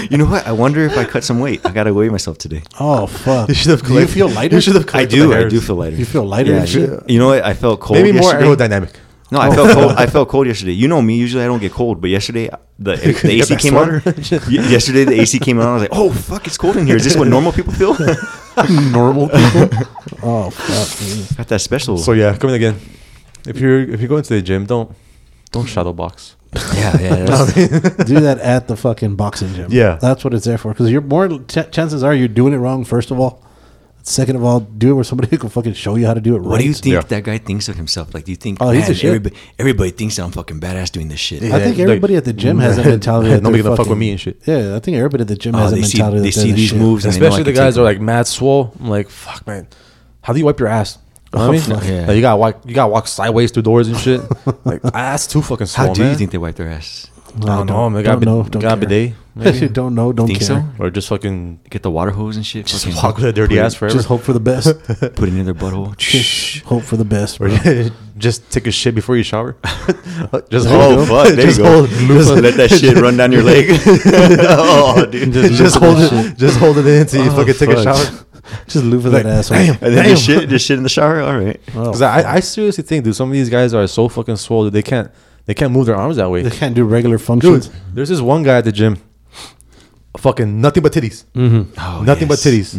You know what? I wonder if I cut some weight. I gotta weigh myself today. Oh fuck! You should have Do you collected- feel lighter? you should have I collected do. the I hairs. do feel lighter. You feel lighter and shit? You know what? I felt cold. Maybe more yesterday. aerodynamic. No, I felt cold. I felt cold yesterday. You know me. Usually I don't get cold, but yesterday uh, the, the got AC that came on. sweater and shit. Ye- yesterday the AC came on. I was like, oh fuck, it's cold in here. Is this what normal people feel? <laughs> Normal people. oh fuck! Got that special. So yeah, coming again. If you're if you're going to the gym, don't don't shadow <laughs> box. yeah, yeah. that's- Do that at the fucking boxing gym. Yeah. that's what it's there for. Because you're more ch- chances are you're doing it wrong. First of all, second of all, do it with somebody who can fucking show you how to do it right. What do you think Yeah. that guy thinks of himself? Like, do you think Oh, oh, he's man, the shit. everybody, everybody thinks that I'm fucking badass doing this shit? I think Yeah, everybody like, at the gym has <laughs> that mentality. that <laughs> nobody they're gonna fuck with fucking- me and shit. Yeah, I think everybody at the gym Oh, has that they see, mentality. they that they're see the these shit. moves, and Especially they know I the can guys take that are them. like mad swole. I'm like, fuck man, how do you wipe your ass? You know what I mean, fuck. Yeah. Like, you gotta walk, you gotta walk sideways through doors and <laughs> shit. like ah, that's too fucking swole, How do man. you think they wipe their ass? I don't, know. man. Got don't know. know. Don't Got care. bidet, If you <laughs> maybe? don't know, don't Think care. so? or just fucking Get the water hose and shit. just fucking walk with a dirty put it- ass forever. Just hope for the <laughs> best. Put it in their butthole. Just hope for the best. or bro. <laughs> just take a shit before you shower. <laughs> just Oh fuck! There you <laughs> Just go. hold- Just let that shit run down your leg. oh, dude. Just, just loop hold for that it. Just hold it in until you fucking take a fuck. <laughs> shower. shit. Just loop for that asshole. And then just shit, just shit in the shower. All right. Oh, Because I, I seriously think, dude, some of these guys are so fucking swole that they can't they can't move their arms that way. they can't do regular Dude, functions. there's this one guy at the gym, Mm-hmm. fucking nothing but titties, nothing but titties,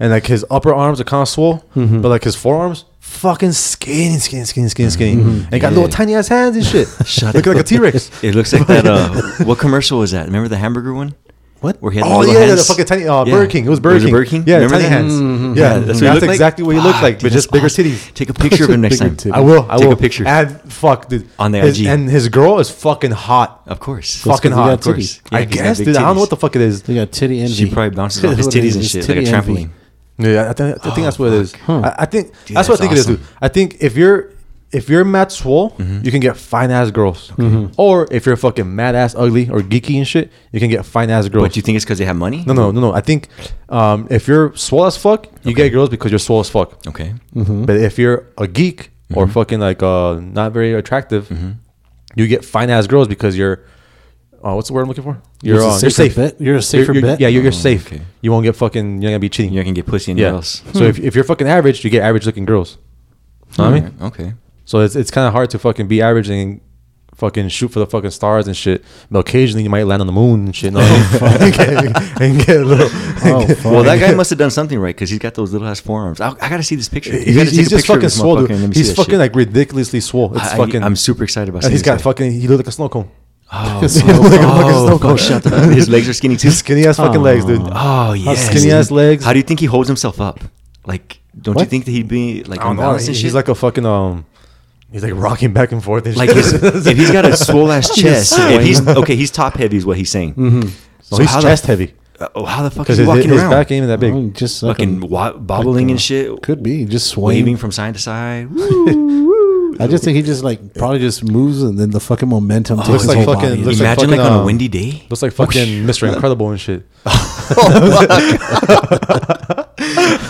and like his upper arms are kind of swole, but like his forearms, fucking skinny, skinny, skinny, skinny, skinny, and he got little Yeah. tiny ass hands and <laughs> shit. Shut Look up. like a T <laughs> Rex. It looks like that. Uh, what commercial was that? Remember the hamburger one? What? Where he had the Oh little yeah, yeah, the hands? fucking tiny uh, Yeah. Burger King. It was Burger King. Yeah, Remember tiny that? hands. Yeah, Yeah, that's that's, what he looked like? exactly what he looked Fuck, like, but dude, just that's bigger awesome. titties. Take a picture of him next Bigger time. titties. I will. I Take will a picture. Add fuck, dude. On the His- IG. and his girl is fucking hot. Of course. fucking 'cause he got hot. titties. I Yeah, 'cause he got guess, big dude. I don't know titties. what the fuck it is. They got titty envy. She <laughs> probably bounces off his What it titties is, and is shit like a titty envy. trampoline. Yeah, I, th- I think that's what it is. I, I think Dude, that's, what I that's think it is, dude. I think if you're if you're Matt Swole, Mm-hmm. you can get fine ass girls, or if you're fucking mad ass ugly or geeky and shit, you can get fine ass girls. But do you think it's because they have money? no, no, no, no. I think um, if you're swole as fuck, you get girls because you're swole as fuck. Okay. Mm-hmm. Mm-hmm. But if you're a geek or fucking like uh, not very attractive, you get fine ass girls because you're. Uh, what's the word I'm looking for? You're, It's a uh, you're safer safe. bet. You're a safer you're- bet. Yeah, you're, you're safe. Oh, okay. You won't get fucking. You're not gonna be cheating. You're not gonna get pussy anywhere Yeah. else. So if, if you're fucking average, you get average looking girls. Know what I mean? Okay. So it's it's kind of hard to fucking be average and fucking shoot for the fucking stars and shit. But occasionally you might land on the moon and shit. know what I mean? <laughs> and, get, and get a little. Oh, fuck. Well, that guy must have done something right because he's got those little ass forearms. I, I gotta see this picture. You gotta He's, take he's a just picture of fucking this swole, motherfucker and let dude. me see He's that fucking shit. like ridiculously swole. It's I, fucking. am super excited about. and seeing <laughs> he's this got guy. fucking. He looked like a snow cone. Oh, <laughs> Oh, oh, shut the fuck. His legs are <laughs> skinny too. Skinny ass fucking legs, dude. Oh yeah, skinny ass legs. How do you think he holds himself up? Like, don't you What? think think that he'd be like I don't on know. balance He's and shit? like a fucking um. He's like rocking back and forth and like shit. <laughs> his, if he's got a swole ass chest, if he's okay, he's top heavy is what he's saying. No, Mm-hmm. he's how the- chest heavy. oh, how the fuck because is he his, walking his around? back ain't even that big. Oh, just like fucking a- wa- bobbling like a- and shit. Could be just swaying. waving from side to <laughs> side. I just think he just like probably just moves and then the fucking Oh, momentum takes looks his like whole fucking- body. looks like Imagine like, fucking, on a uh, windy day. Looks like fucking Mr. Incredible and shit. Oh, fuck.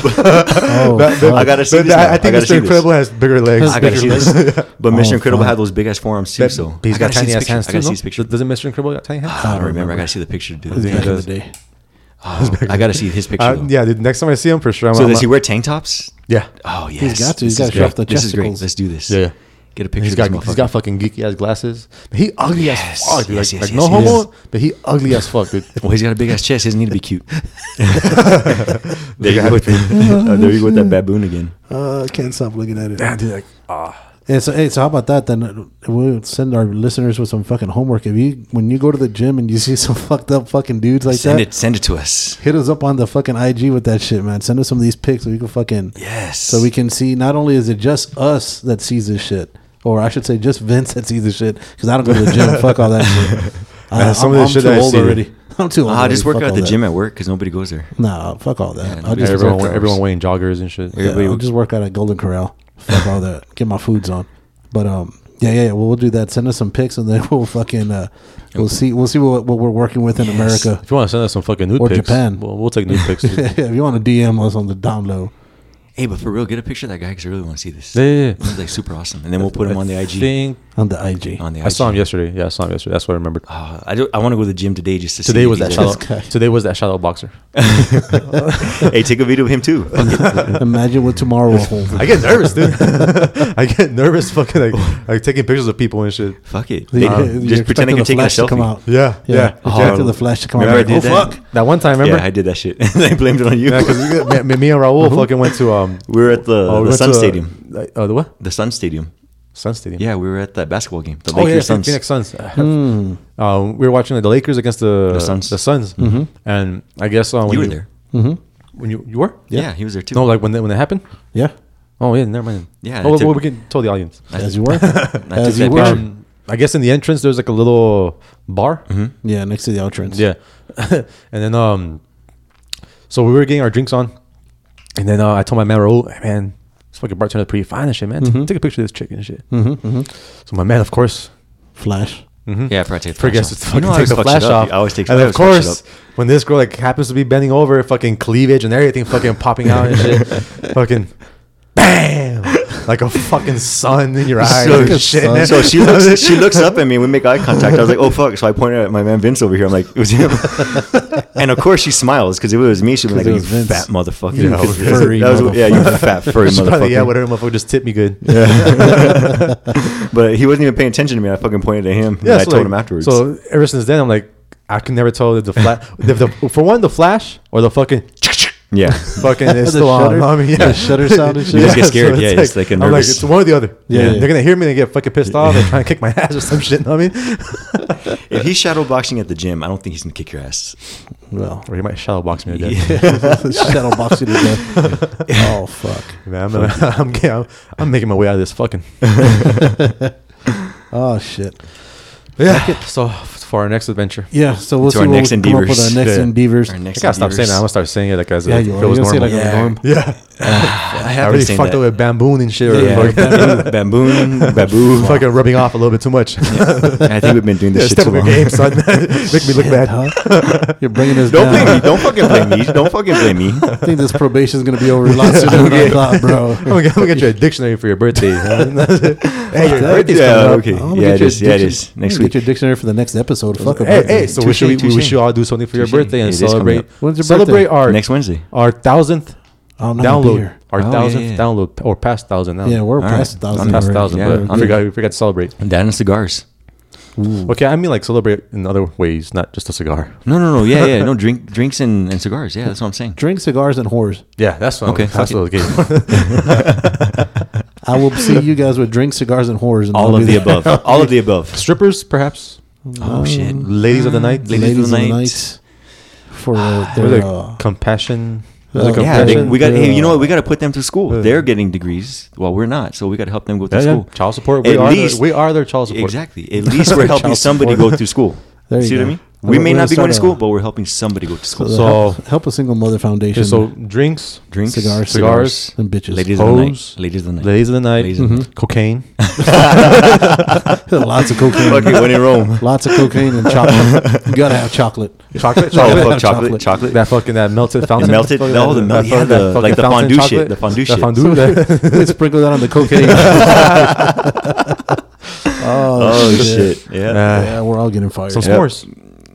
I gotta see But this. I, now. I think gotta see Mr. this. Incredible has bigger legs. I gotta bigger see this. legs. But Mr. Oh, Incredible fuck. had those big ass forearms too. So But he's I gotta got see tiny this ass picture. hands I too. gotta see no? this picture. Doesn't Mr. Incredible got tiny hands? I don't remember. I gotta see the picture, dude. Back in the does. day. Oh, I gotta see his picture. Uh, though. yeah, dude. Next time I see him, for sure. I'm, So I'm, does he wear tank tops? yeah, Oh yes, got to. This He's gotta is show off great. the This is great. chesticles. Let's do this. Yeah, yeah. Get a picture. he's of got this he's motherfucker. got fucking geeky ass glasses. But he ugly Yes, as fuck, dude. yes, like, yes, like yes, no yes. homo, but he ugly as fuck, <laughs> dude. Well, he's got a big ass chest. He doesn't need to be cute. There you go with the- oh, there you go with that baboon again. Uh, I can't stop looking at it. Yeah, dude. Like, ah. And so, hey, so how about that? Then we'll send our listeners with some fucking homework. If you, when you go to the gym and you see <laughs> some fucked up fucking dudes like Send that, it. Send it to us. hit us up on the fucking IG with that shit, man. Send us some of these pics so we can fucking, Yes. so we can see. Not only is it just us that sees this shit, or I should say, just Vince that sees this shit, because I don't go to the <laughs> gym. fuck all that shit. I, Man, some of the shit too I old see. already. <laughs> I'm too old. Ah, I just already. Fuck work out at all the that. gym at work because nobody goes there. Nah, fuck all that. Yeah, I'll just everyone, work out. everyone wearing joggers and shit. Yeah, I'll just work out at Golden Corral. Fuck all that. Get my foods on. But um, yeah, yeah, yeah. We'll, we'll do that. Send us some pics, and then <laughs> we'll fucking uh, we'll see we'll see what, what we're working with in Yes. America. <laughs> If you want to send us some fucking nude Or pics, Japan. We'll, we'll take nude pics. <laughs> dude. yeah, if you want to DM us on the down low, Hey, but for real, get a picture of that guy because I really want to see this. yeah, yeah. He's like super awesome, and then we'll put him on the I IG. think- on the IG. On the IG. I saw him yesterday. Yeah, I saw him yesterday. That's what I remembered. Ah, I do, I want to go to the gym today just to see Today if was he's that there. shadow. Today was that shadow boxer. <laughs> hey, take a video of him too. <laughs> Imagine what tomorrow will hold. <laughs> I get nervous, <laughs> dude. <laughs> I get nervous, fucking like, like taking pictures of people and shit. Fuck <laughs> it. You're- They- uh, you're <laughs> just expecting pretend I the can take a Flash to selfie. Come out. Yeah, Yeah, yeah. yeah. Oh, the flash to come remember I out. did oh, that? fuck. That one time, remember? Yeah, I did that shit. <laughs> I blamed it on you. <laughs> <laughs> Yeah, because me, me and Raul fucking went to um. we were at the, oh, the we went Sun to, uh, Stadium. like, Oh, the what? The Sun Stadium. Sun Stadium. Yeah, we were at that basketball game. The Oh Lakers yeah, Suns. Hmm. Phoenix Suns. Um, we were watching like, the Lakers against the The Suns. Mm-hmm. And I guess um, when You were there. When you you were? Yeah. he was there too. No, like when that when it happened. Yeah, Oh yeah, never mind. Yeah, Oh, it's a- well, we can tell the audience. I- as you were. <laughs> I took as you that were. picture. Um, I guess in the entrance there's like a little bar. Mm-hmm. Yeah, next to the entrance. Yeah, <laughs> and then um, so we were getting our drinks on, and then uh, I told my man Raul, hey, man, this fucking bartender's pretty fine and shit, man. Mm-hmm. Take- Take a picture of this chick and shit. So my man, of course, Mm-hmm, Flash. yeah, I probably take the flash forgets off. to You fucking know I take always the fuck flash shit up. off. I always take. and I always of fuck shit course, up. when this girl like happens to be bending over, fucking cleavage and everything fucking popping out and shit, fucking bam, like a fucking sun in your eyes. So- and shit. sun. So she <laughs> looks she looks up at me and we make eye contact. I was like, oh fuck. So I pointed at my man Vince over here. I'm like, it was <laughs> him. and of course she smiles because if it was me, she'd be like, it you was Vince. fat motherfucker. You furry That was- yeah, you motherfucker. <laughs> fat <laughs> furry She's probably, motherfucker. yeah, whatever, motherfucker, just tip me good. <laughs> But he wasn't even paying attention to me. I fucking pointed at him. and I so, told like, him afterwards. So ever since then, I'm like, I can never tell if the flash, if the for one, the flash or the fucking yeah. <laughs> fucking is The still shutter- on. I mean, yeah. the shutter sound <laughs> and shit. You just get scared, yeah, it's it's like a I'm like, nervous- it's one or the other. Yeah, Yeah, yeah. they're gonna hear me and get fucking pissed off and try and kick my <laughs> ass or some shit. Know what I mean, If he's shadow boxing at the gym, I don't think he's gonna kick your ass. <laughs> Well, <laughs> or you might shadow box me to death. shadow box you to death. <laughs> Oh fuck. <laughs> Man, I'm, gonna, I'm, getting- I'm, I'm making my way out of this fucking. Oh shit. Yeah. So for our next adventure, Yeah, so we'll To see our what next we come up with our endeavors. next Yeah. <laughs> endeavors. Our I next gotta stop saying endeavors. that. I'm gonna start saying it like as Yeah, if you it are. was You're gonna say normal. like a norm. <laughs> yeah. <sighs> I I have been already saying fucked up that. with bamboon and shit. Or <laughs> Yeah, bamboon, bamboon, baboo. Fucking rubbing off a little bit too <laughs> much. I think we've been doing this shit Step too up your long. game, son. <laughs> <laughs> Make me look bad. <laughs> Huh? <laughs> You're bringing this Don't down. blame me. Don't fucking blame me. Don't fucking blame <laughs> me. I think this probation is going to be over a lot sooner than I thought, bro. <laughs> I'm gonna, I'm gonna <laughs> get you a dictionary for your <laughs> birthday. hey, your that? birthday's Yeah, coming up. Oh, okay. I'm gonna Yeah, it get you a is. Yeah, it diction- is. I'm Next gonna week. Get your dictionary for the next episode. Fuck a Hey, birthday. hey, so we Touche, should we, we touche. should all do something for your Touche. birthday and It is coming celebrate. up. When's your celebrate birthday? our Next Wednesday. our thousandth I'm not gonna be download here. our Oh, yeah, thousandth yeah. download or past thousand now. Yeah, we're All past right. thousand. I'm past already. thousand, Yeah, but I I'm- forgot we forgot to celebrate. Dad and cigars. Okay, I mean like celebrate in other ways, not just a cigar. No, no, no. Yeah, yeah. No drink, drinks and, and cigars. Yeah, that's what I'm saying. Drink cigars and whores. Yeah, that's what Okay, I'm, that's fuck <laughs> what okay. I will see you guys with drink cigars and whores. And All I'll of be <laughs> the there. above. All of the above. Strippers, perhaps. Oh shit. Ladies of the night. Ladies of Um, Ladies of the the night. night. For uh, their, Or like uh, compassion. uh, Like Yeah, they, compassion. we got. Hey, you know Yeah. what? We got to put them through school. They're getting degrees while we're not, so we got to help them go through Yeah, yeah. school. Child support. We At are, least- their, we are their child support. Exactly. At least we're helping Child somebody support. go through school. There you See go. what I mean? We We're may gonna not be going start to a- school, but we're helping somebody go to school. the So- help, help a single mother foundation. Okay, so drinks, Drinks, cigars, cigars, and bitches. ladies of the night, Hoes. ladies of the night. ladies of the night, Ladies Mm-hmm. of the cocaine. <laughs> Lots of cocaine. Fuck it, when in Rome. <laughs> Lots of cocaine and chocolate. you gotta have chocolate. chocolate, Oh, chocolate, fuck, <laughs> <laughs> chocolate, chocolate. that fucking that melted fountain, melted- Fuck no, that- the mel- that yeah, fucking- the- that fucking like the fountain fondue shit, the fondue chocolate. That shit. <laughs> fondue, that- They sprinkle that on the cocaine. <laughs> oh, Oh shit. shit! Ah. Yeah. Yeah, we're all getting fired. some Yep. s'mores.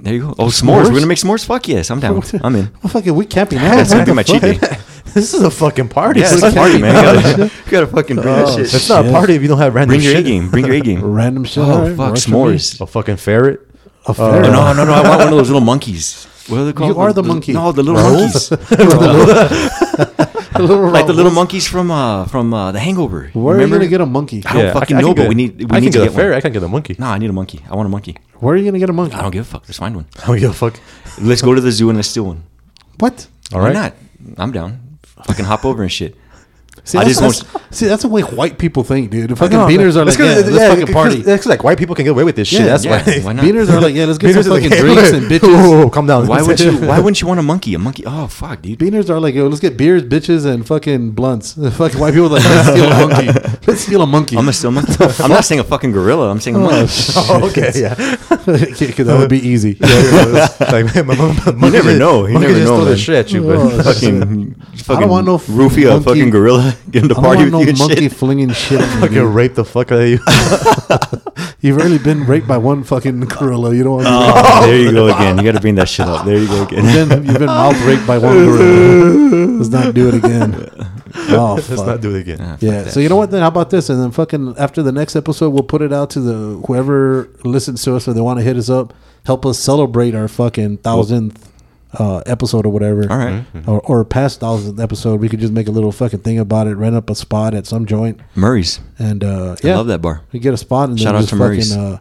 there you go. Oh, s'mores. S'mores? We're gonna make s'mores. Fuck yes, I'm down. I'm in. Well, fucking, Oh, we <laughs> can't be mad. That's gonna What the be my cheat fuck? day. This is a fucking party. Yeah, it's a party, man. You gotta, you gotta fucking bring that shit. <laughs> It's not a Shit. party if you don't have random Bring your A shit. game. Bring your A game. Random shit. all Oh right, fuck, works for me. s'mores. A fucking ferret. A Oh, ferret. <laughs> no, no, no! I want one of those little monkeys. What are they called? are the monkey. No, the little Raoul? monkeys. <laughs> <laughs> like the little monkeys from uh from uh, the Hangover. Where are you Remember? gonna get a monkey? I don't fucking know, but we need we I need to can get get a ferret. one. I can get a monkey. No, I need a monkey. I want a monkey. Where are you gonna get a monkey? I don't give a fuck. Just find one. Oh yeah, fuck. Let's go to the zoo and let's steal one. What? All Why right. not? I'm down. Fucking hop over and shit. <laughs> See, I that's, just want- that's- see, that's the way white people think, dude. The fucking No, beaners are it's like, yeah, 'cause- let's yeah, fucking <laughs> 'cause- party. That's like white people can get away with this shit. Yeah, That's yeah. <laughs> why. Why not? Beaners are like, yeah, let's get Beaners are some like, fucking hey, drinks and wait, whoa, whoa, whoa, bitches. calm down. Why <laughs> would you? Why wouldn't you want a monkey? A monkey? Oh fuck, dude. Beaners are like, yo, let's get beers, bitches, and fucking blunts. <laughs> Fucking white people are like, let's steal a monkey. Let's steal a monkey. <laughs> I'm a steal monkey. I'm not saying a fucking gorilla. I'm saying a monkey. <laughs> Oh, okay, yeah. Because that would be easy. <laughs> like, man, my, my, my, You never know. You never know. Throw man. the shit at you, <laughs> but Oh, <laughs> Fucking, fucking want no roofie a monkey- fucking gorilla <laughs> in I the don't party want with no you and monkey <laughs> shit. flinging shit. at me, fucking dude. rape the fuck out of <laughs> you. You've already been raped by one fucking gorilla. You don't want to be Oh, there you go again. You got to bring that shit up. There you go <laughs> again. You've been, you've been mouth raped by one gorilla. Let's not do it again. Oh, Let's fuck. not do it again. yeah. So you know what? Then how about this? And then fucking after the next episode, we'll put it out to the whoever listens to us or they want to hit us up, help us celebrate our fucking thousandth uh, episode or whatever. Mm-hmm. All right. Or, or past thousandth episode, we could just make a little fucking thing about it, rent up a spot at some joint, Murray's. and uh, I yeah, love that bar. We get a spot and Shout then out just to Murray's. fucking uh,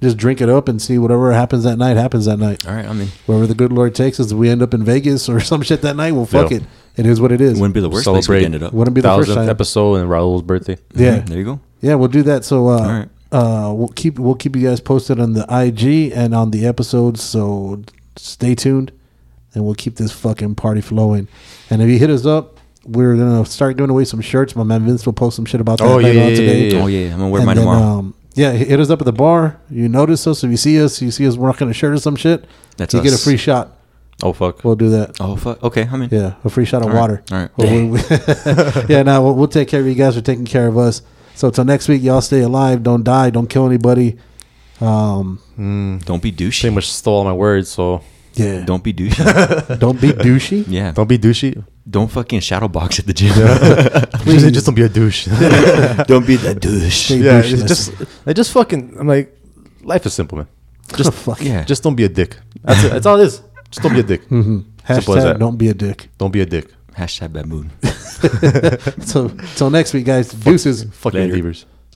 just drink it up and see whatever happens that night happens that night. All right, I mean, Wherever the good Lord takes us, we end up in Vegas or <laughs> some shit that night. Well, fuck Yeah. it. It is what it is. wouldn't be the worst place we Celebrate. ended up. Wouldn't be the first Thousandth time. episode and Raul's birthday. Yeah, There you go. yeah, we'll do that. So, uh, right. uh, we'll keep we'll keep you guys posted on the IG and on the episodes. So stay tuned, and we'll keep this fucking party flowing. And if you hit us up, we're gonna start doing away some shirts. My man Vince will post some shit about that Oh, yeah, later yeah, on yeah, today. Yeah. Oh yeah, I'm gonna wear And mine then, tomorrow. um, yeah, hit us up at the bar. You notice us if you see us. You see us rocking a shirt or some shit. That's you get a us. free shot. Oh fuck. We'll do that. oh fuck. Okay, I'm in. Yeah, a free shot of All right. water. All right. Well, <laughs> we- <laughs> yeah, now we'll, we'll take care of you guys for taking care of us. So till next week, y'all stay alive. Don't die. Don't kill anybody. Um, Don't be Pretty douchey. much stole all my words, so yeah. Don't be <laughs> douchey. Don't, be douchey. yeah. don't be douchey. Don't fucking shadow box at the gym. <laughs> Please. <laughs> Just don't be a douche. <laughs> yeah, Don't be that douche. Stay it's doucheless. just I just fucking I'm like life is simple, man. <laughs> Just Fuck. Yeah. Mm-hmm. just don't be a dick. That's it. That's all it is. Just don't be a dick. Simple as Hashtag that. don't be a dick. Don't be a dick. Hashtag bad mood. So till next week, guys. Deuces. Fucking Later. levers.